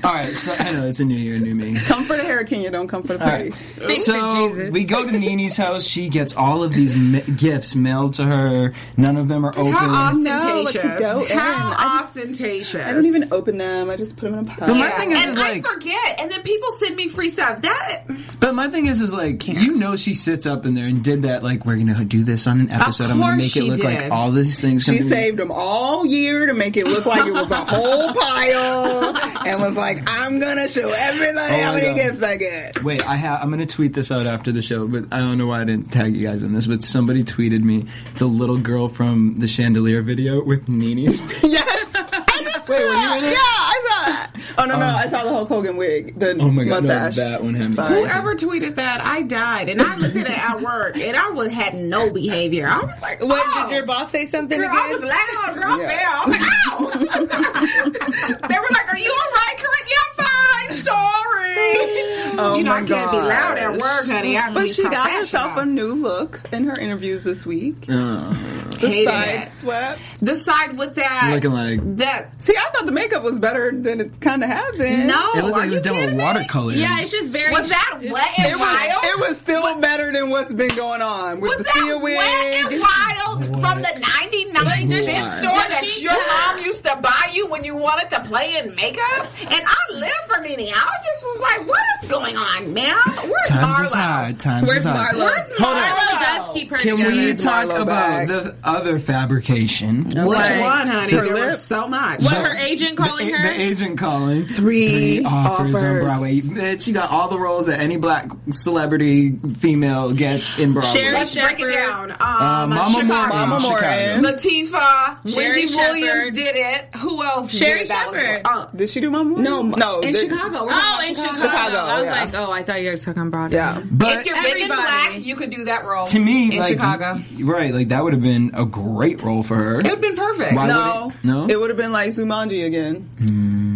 [SPEAKER 5] All right, so I know it's a new year, new me.
[SPEAKER 6] Come for the hair, Kenya. Don't come for the
[SPEAKER 5] Alright.
[SPEAKER 6] face.
[SPEAKER 5] So we go to Nene's house. She gets all of these ma- gifts mailed to her. None of them are open.
[SPEAKER 7] How
[SPEAKER 6] No,
[SPEAKER 7] ostentatious.
[SPEAKER 6] let's go in. I
[SPEAKER 7] How
[SPEAKER 6] just-
[SPEAKER 7] ostentatious.
[SPEAKER 6] I don't even open them. I just put them in a pile.
[SPEAKER 5] But my thing is,
[SPEAKER 7] and
[SPEAKER 5] is
[SPEAKER 7] I
[SPEAKER 5] like,
[SPEAKER 7] forget, and then people send me free stuff. That
[SPEAKER 5] but my thing is, is like, you know, she sits up in there and did that. Like, we're gonna do this on an episode. I'm gonna
[SPEAKER 7] course
[SPEAKER 5] make it
[SPEAKER 7] she
[SPEAKER 5] look like
[SPEAKER 7] did.
[SPEAKER 5] all these things. come
[SPEAKER 6] She
[SPEAKER 5] to me.
[SPEAKER 6] saved them all year to make it look like it was a
[SPEAKER 5] *laughs*
[SPEAKER 6] whole pile, and was like, "I'm gonna show everybody
[SPEAKER 5] Oh
[SPEAKER 6] how
[SPEAKER 5] my
[SPEAKER 6] many
[SPEAKER 5] God.
[SPEAKER 6] gifts
[SPEAKER 5] *laughs*
[SPEAKER 6] I get."
[SPEAKER 5] Wait, I have. I'm gonna tweet this out after the show, but I don't know why I didn't tag you guys in this. But somebody tweeted me the little girl from the chandelier video with Nene's.
[SPEAKER 6] *laughs* Yes. I did Wait, were you in it? Yeah, I saw that. Oh no, no, I saw the Hulk Hogan wig, the
[SPEAKER 5] *laughs* Um, Oh my god, no,
[SPEAKER 6] mustache.
[SPEAKER 5] that one had me.
[SPEAKER 6] Sorry.
[SPEAKER 7] whoever tweeted that, I died, and I looked at it at work, and I was had no behavior. I was like,
[SPEAKER 8] What
[SPEAKER 7] oh.
[SPEAKER 8] did your boss say something
[SPEAKER 7] Girl, I was
[SPEAKER 8] again?
[SPEAKER 7] loud. Girl,
[SPEAKER 6] Yeah.
[SPEAKER 7] I fell. I was like, ow! *laughs* they were like, are you all right, Corinne? Yeah, I'm fine. Sorry.
[SPEAKER 6] *laughs* Oh
[SPEAKER 7] you know,
[SPEAKER 6] my
[SPEAKER 7] I can't be loud at
[SPEAKER 6] gosh.
[SPEAKER 7] work, honey. I
[SPEAKER 6] But
[SPEAKER 7] need
[SPEAKER 6] she got herself a
[SPEAKER 7] professional.
[SPEAKER 6] new look in her interviews this week.
[SPEAKER 7] Hated
[SPEAKER 6] Side
[SPEAKER 7] it.
[SPEAKER 6] swept.
[SPEAKER 7] The side with that.
[SPEAKER 5] Looking like
[SPEAKER 7] that.
[SPEAKER 6] See, I thought the makeup was better than it kind of had been.
[SPEAKER 7] No.
[SPEAKER 5] it looked
[SPEAKER 7] are
[SPEAKER 5] like it was
[SPEAKER 7] you
[SPEAKER 5] done with
[SPEAKER 7] kidding me?
[SPEAKER 5] watercolor.
[SPEAKER 8] Yeah, it's just very.
[SPEAKER 7] Was that wet
[SPEAKER 6] It
[SPEAKER 7] and
[SPEAKER 6] was,
[SPEAKER 7] wild?
[SPEAKER 6] it was still better than what's been going on with
[SPEAKER 7] was
[SPEAKER 6] the Sia
[SPEAKER 7] that
[SPEAKER 6] wig.
[SPEAKER 7] wet and wild from the 99 cent
[SPEAKER 5] What?
[SPEAKER 7] store
[SPEAKER 8] Did
[SPEAKER 7] that
[SPEAKER 8] she
[SPEAKER 7] your
[SPEAKER 8] tell-
[SPEAKER 7] mom used to buy you when you wanted to play in makeup? And I live for Nene. I was just was like, what is going on, ma'am? Where's
[SPEAKER 5] Times
[SPEAKER 7] Marlo?
[SPEAKER 5] is hard. Times
[SPEAKER 8] Where's
[SPEAKER 5] is hard.
[SPEAKER 8] Marlo?
[SPEAKER 7] Where's
[SPEAKER 8] Marlo
[SPEAKER 7] Marlo?
[SPEAKER 8] does keep her
[SPEAKER 5] Can
[SPEAKER 8] together.
[SPEAKER 5] we
[SPEAKER 6] Marlo
[SPEAKER 5] talk about
[SPEAKER 6] back.
[SPEAKER 5] the other fabrication?
[SPEAKER 7] Which
[SPEAKER 8] What?
[SPEAKER 7] one, honey?
[SPEAKER 6] Her
[SPEAKER 7] There
[SPEAKER 6] lip?
[SPEAKER 7] was so much.
[SPEAKER 8] What her agent calling
[SPEAKER 5] the, a-
[SPEAKER 8] her?
[SPEAKER 5] the agent calling
[SPEAKER 6] Three
[SPEAKER 5] offers, on
[SPEAKER 6] offers.
[SPEAKER 5] Broadway. Bitch, you got all the roles that any black celebrity female gets in Broadway.
[SPEAKER 7] Sherry Let's break it down. Um,
[SPEAKER 5] Uh, Mama
[SPEAKER 7] Chicago.
[SPEAKER 5] Morton, Mama Morton.
[SPEAKER 7] Latifah,
[SPEAKER 8] Sherry
[SPEAKER 7] Wendy Williams
[SPEAKER 8] Shepherd.
[SPEAKER 7] did it. Who else?
[SPEAKER 8] Sherry
[SPEAKER 7] did it? That was-
[SPEAKER 8] Shepherd.
[SPEAKER 7] uh,
[SPEAKER 6] Did she do Mama? Morton?
[SPEAKER 7] No,
[SPEAKER 6] no.
[SPEAKER 7] in
[SPEAKER 6] the-
[SPEAKER 7] Chicago.
[SPEAKER 8] Oh,
[SPEAKER 7] We're talking
[SPEAKER 8] in Chicago.
[SPEAKER 7] Chicago.
[SPEAKER 8] I was
[SPEAKER 6] yeah.
[SPEAKER 8] like, oh, I thought you were talking Broadway.
[SPEAKER 6] Yeah.
[SPEAKER 5] But
[SPEAKER 7] If you're big and
[SPEAKER 8] Everybody.
[SPEAKER 7] black, you could do that role.
[SPEAKER 5] to me,
[SPEAKER 7] in
[SPEAKER 5] like,
[SPEAKER 7] Chicago,
[SPEAKER 5] y- right, like that would have been a great role for her.
[SPEAKER 7] it would have been perfect.
[SPEAKER 5] Why
[SPEAKER 6] No,
[SPEAKER 5] would it- no?
[SPEAKER 6] It would have been like Zumanji again.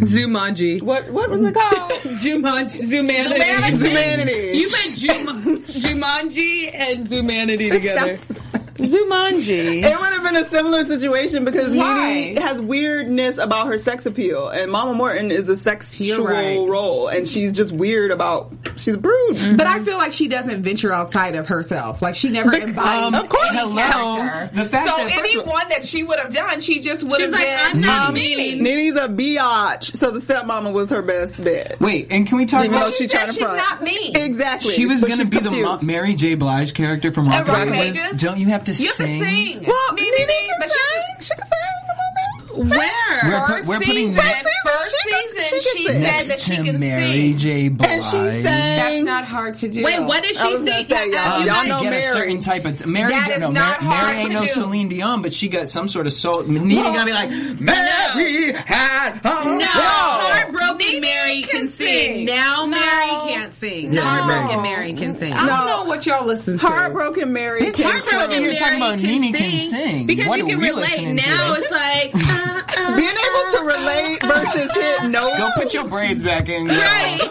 [SPEAKER 8] Jumanji.
[SPEAKER 6] What what
[SPEAKER 7] *laughs*
[SPEAKER 6] was it called?
[SPEAKER 8] Jumanji. Zumanity.
[SPEAKER 6] Zumanity. Zumanity.
[SPEAKER 8] You meant Jum- Jumanji and Zumanity together. Zumanji.
[SPEAKER 6] It would have been a similar situation because
[SPEAKER 7] Why?
[SPEAKER 6] Nene has weirdness about her sex appeal, and Mama Morton is a sexual
[SPEAKER 7] right. Mm-hmm.
[SPEAKER 6] role, and she's just weird about she's a brood.
[SPEAKER 7] But I feel like she doesn't venture outside of herself. Like she never embodies
[SPEAKER 5] um, of course.
[SPEAKER 7] any
[SPEAKER 5] Hello.
[SPEAKER 7] character.
[SPEAKER 5] The fact
[SPEAKER 7] so
[SPEAKER 5] that- first of all-
[SPEAKER 7] anyone that she would have done, she just would
[SPEAKER 8] She's
[SPEAKER 7] have
[SPEAKER 8] like,
[SPEAKER 7] been.
[SPEAKER 8] I'm not
[SPEAKER 5] Nene.
[SPEAKER 8] mean.
[SPEAKER 6] Nene's a biatch, so the stepmama was her best bet.
[SPEAKER 5] Wait, and can we talk
[SPEAKER 6] Even
[SPEAKER 5] about
[SPEAKER 6] though she
[SPEAKER 7] said
[SPEAKER 6] tried to
[SPEAKER 7] she's
[SPEAKER 6] front.
[SPEAKER 7] not mean.
[SPEAKER 6] Exactly.
[SPEAKER 5] She was
[SPEAKER 6] but
[SPEAKER 5] going to
[SPEAKER 6] she's
[SPEAKER 5] be the Mo-
[SPEAKER 6] confused.
[SPEAKER 5] Mary J. Blige character from Rock
[SPEAKER 7] Rock
[SPEAKER 5] Vegas.
[SPEAKER 7] Vegas?
[SPEAKER 5] Don't you have to
[SPEAKER 7] You have to
[SPEAKER 5] sing?
[SPEAKER 7] sing.
[SPEAKER 6] Well,
[SPEAKER 7] Nene,
[SPEAKER 6] Oh, Nene,
[SPEAKER 7] but she-
[SPEAKER 6] can sing. She can sing. Come on now.
[SPEAKER 8] Where?
[SPEAKER 5] We're,
[SPEAKER 7] First
[SPEAKER 5] put, we're putting
[SPEAKER 7] season,
[SPEAKER 5] that
[SPEAKER 7] first
[SPEAKER 6] she can-
[SPEAKER 7] season,
[SPEAKER 6] she can
[SPEAKER 7] she
[SPEAKER 6] sing.
[SPEAKER 7] said
[SPEAKER 5] next
[SPEAKER 7] that she
[SPEAKER 5] to
[SPEAKER 7] can
[SPEAKER 5] Mary
[SPEAKER 7] sing.
[SPEAKER 5] J. Blige.
[SPEAKER 6] And she sang.
[SPEAKER 7] That's not hard to do.
[SPEAKER 8] Wait, what did
[SPEAKER 6] I
[SPEAKER 8] she
[SPEAKER 6] was gonna
[SPEAKER 8] say?
[SPEAKER 6] say,
[SPEAKER 8] Uh,
[SPEAKER 6] y'all-
[SPEAKER 8] you
[SPEAKER 6] y'all
[SPEAKER 8] guys-
[SPEAKER 5] Y'all
[SPEAKER 6] know
[SPEAKER 5] get a
[SPEAKER 6] Mary.
[SPEAKER 5] certain type of Mary.
[SPEAKER 7] That
[SPEAKER 5] no,
[SPEAKER 7] is
[SPEAKER 5] Mary,
[SPEAKER 7] not hard
[SPEAKER 5] Mary ain't
[SPEAKER 7] to
[SPEAKER 5] no
[SPEAKER 7] do.
[SPEAKER 5] Celine Dion, but she got some sort of soul. Nene gonna be like Mary had a
[SPEAKER 8] No,
[SPEAKER 5] soul."
[SPEAKER 8] heartbroken
[SPEAKER 7] Nene
[SPEAKER 8] Mary
[SPEAKER 7] can
[SPEAKER 8] can,
[SPEAKER 7] sing.
[SPEAKER 8] sing. Now
[SPEAKER 7] No.
[SPEAKER 8] Mary can't sing. Heartbroken Mary can sing.
[SPEAKER 7] I don't know what y'all listen to.
[SPEAKER 6] Heartbroken Mary.
[SPEAKER 5] Bitch,
[SPEAKER 6] can
[SPEAKER 5] I'm
[SPEAKER 6] sing.
[SPEAKER 5] Heartbroken Mary
[SPEAKER 8] Mary
[SPEAKER 5] about Nene can sing.
[SPEAKER 8] because
[SPEAKER 5] What
[SPEAKER 8] you
[SPEAKER 5] are
[SPEAKER 8] can
[SPEAKER 5] we
[SPEAKER 8] relate.
[SPEAKER 5] listening to?
[SPEAKER 8] Now it's like
[SPEAKER 5] *laughs*
[SPEAKER 8] uh, uh,
[SPEAKER 6] Being able to relate versus hit no.
[SPEAKER 5] Go put your braids back in. Girl.
[SPEAKER 8] Right.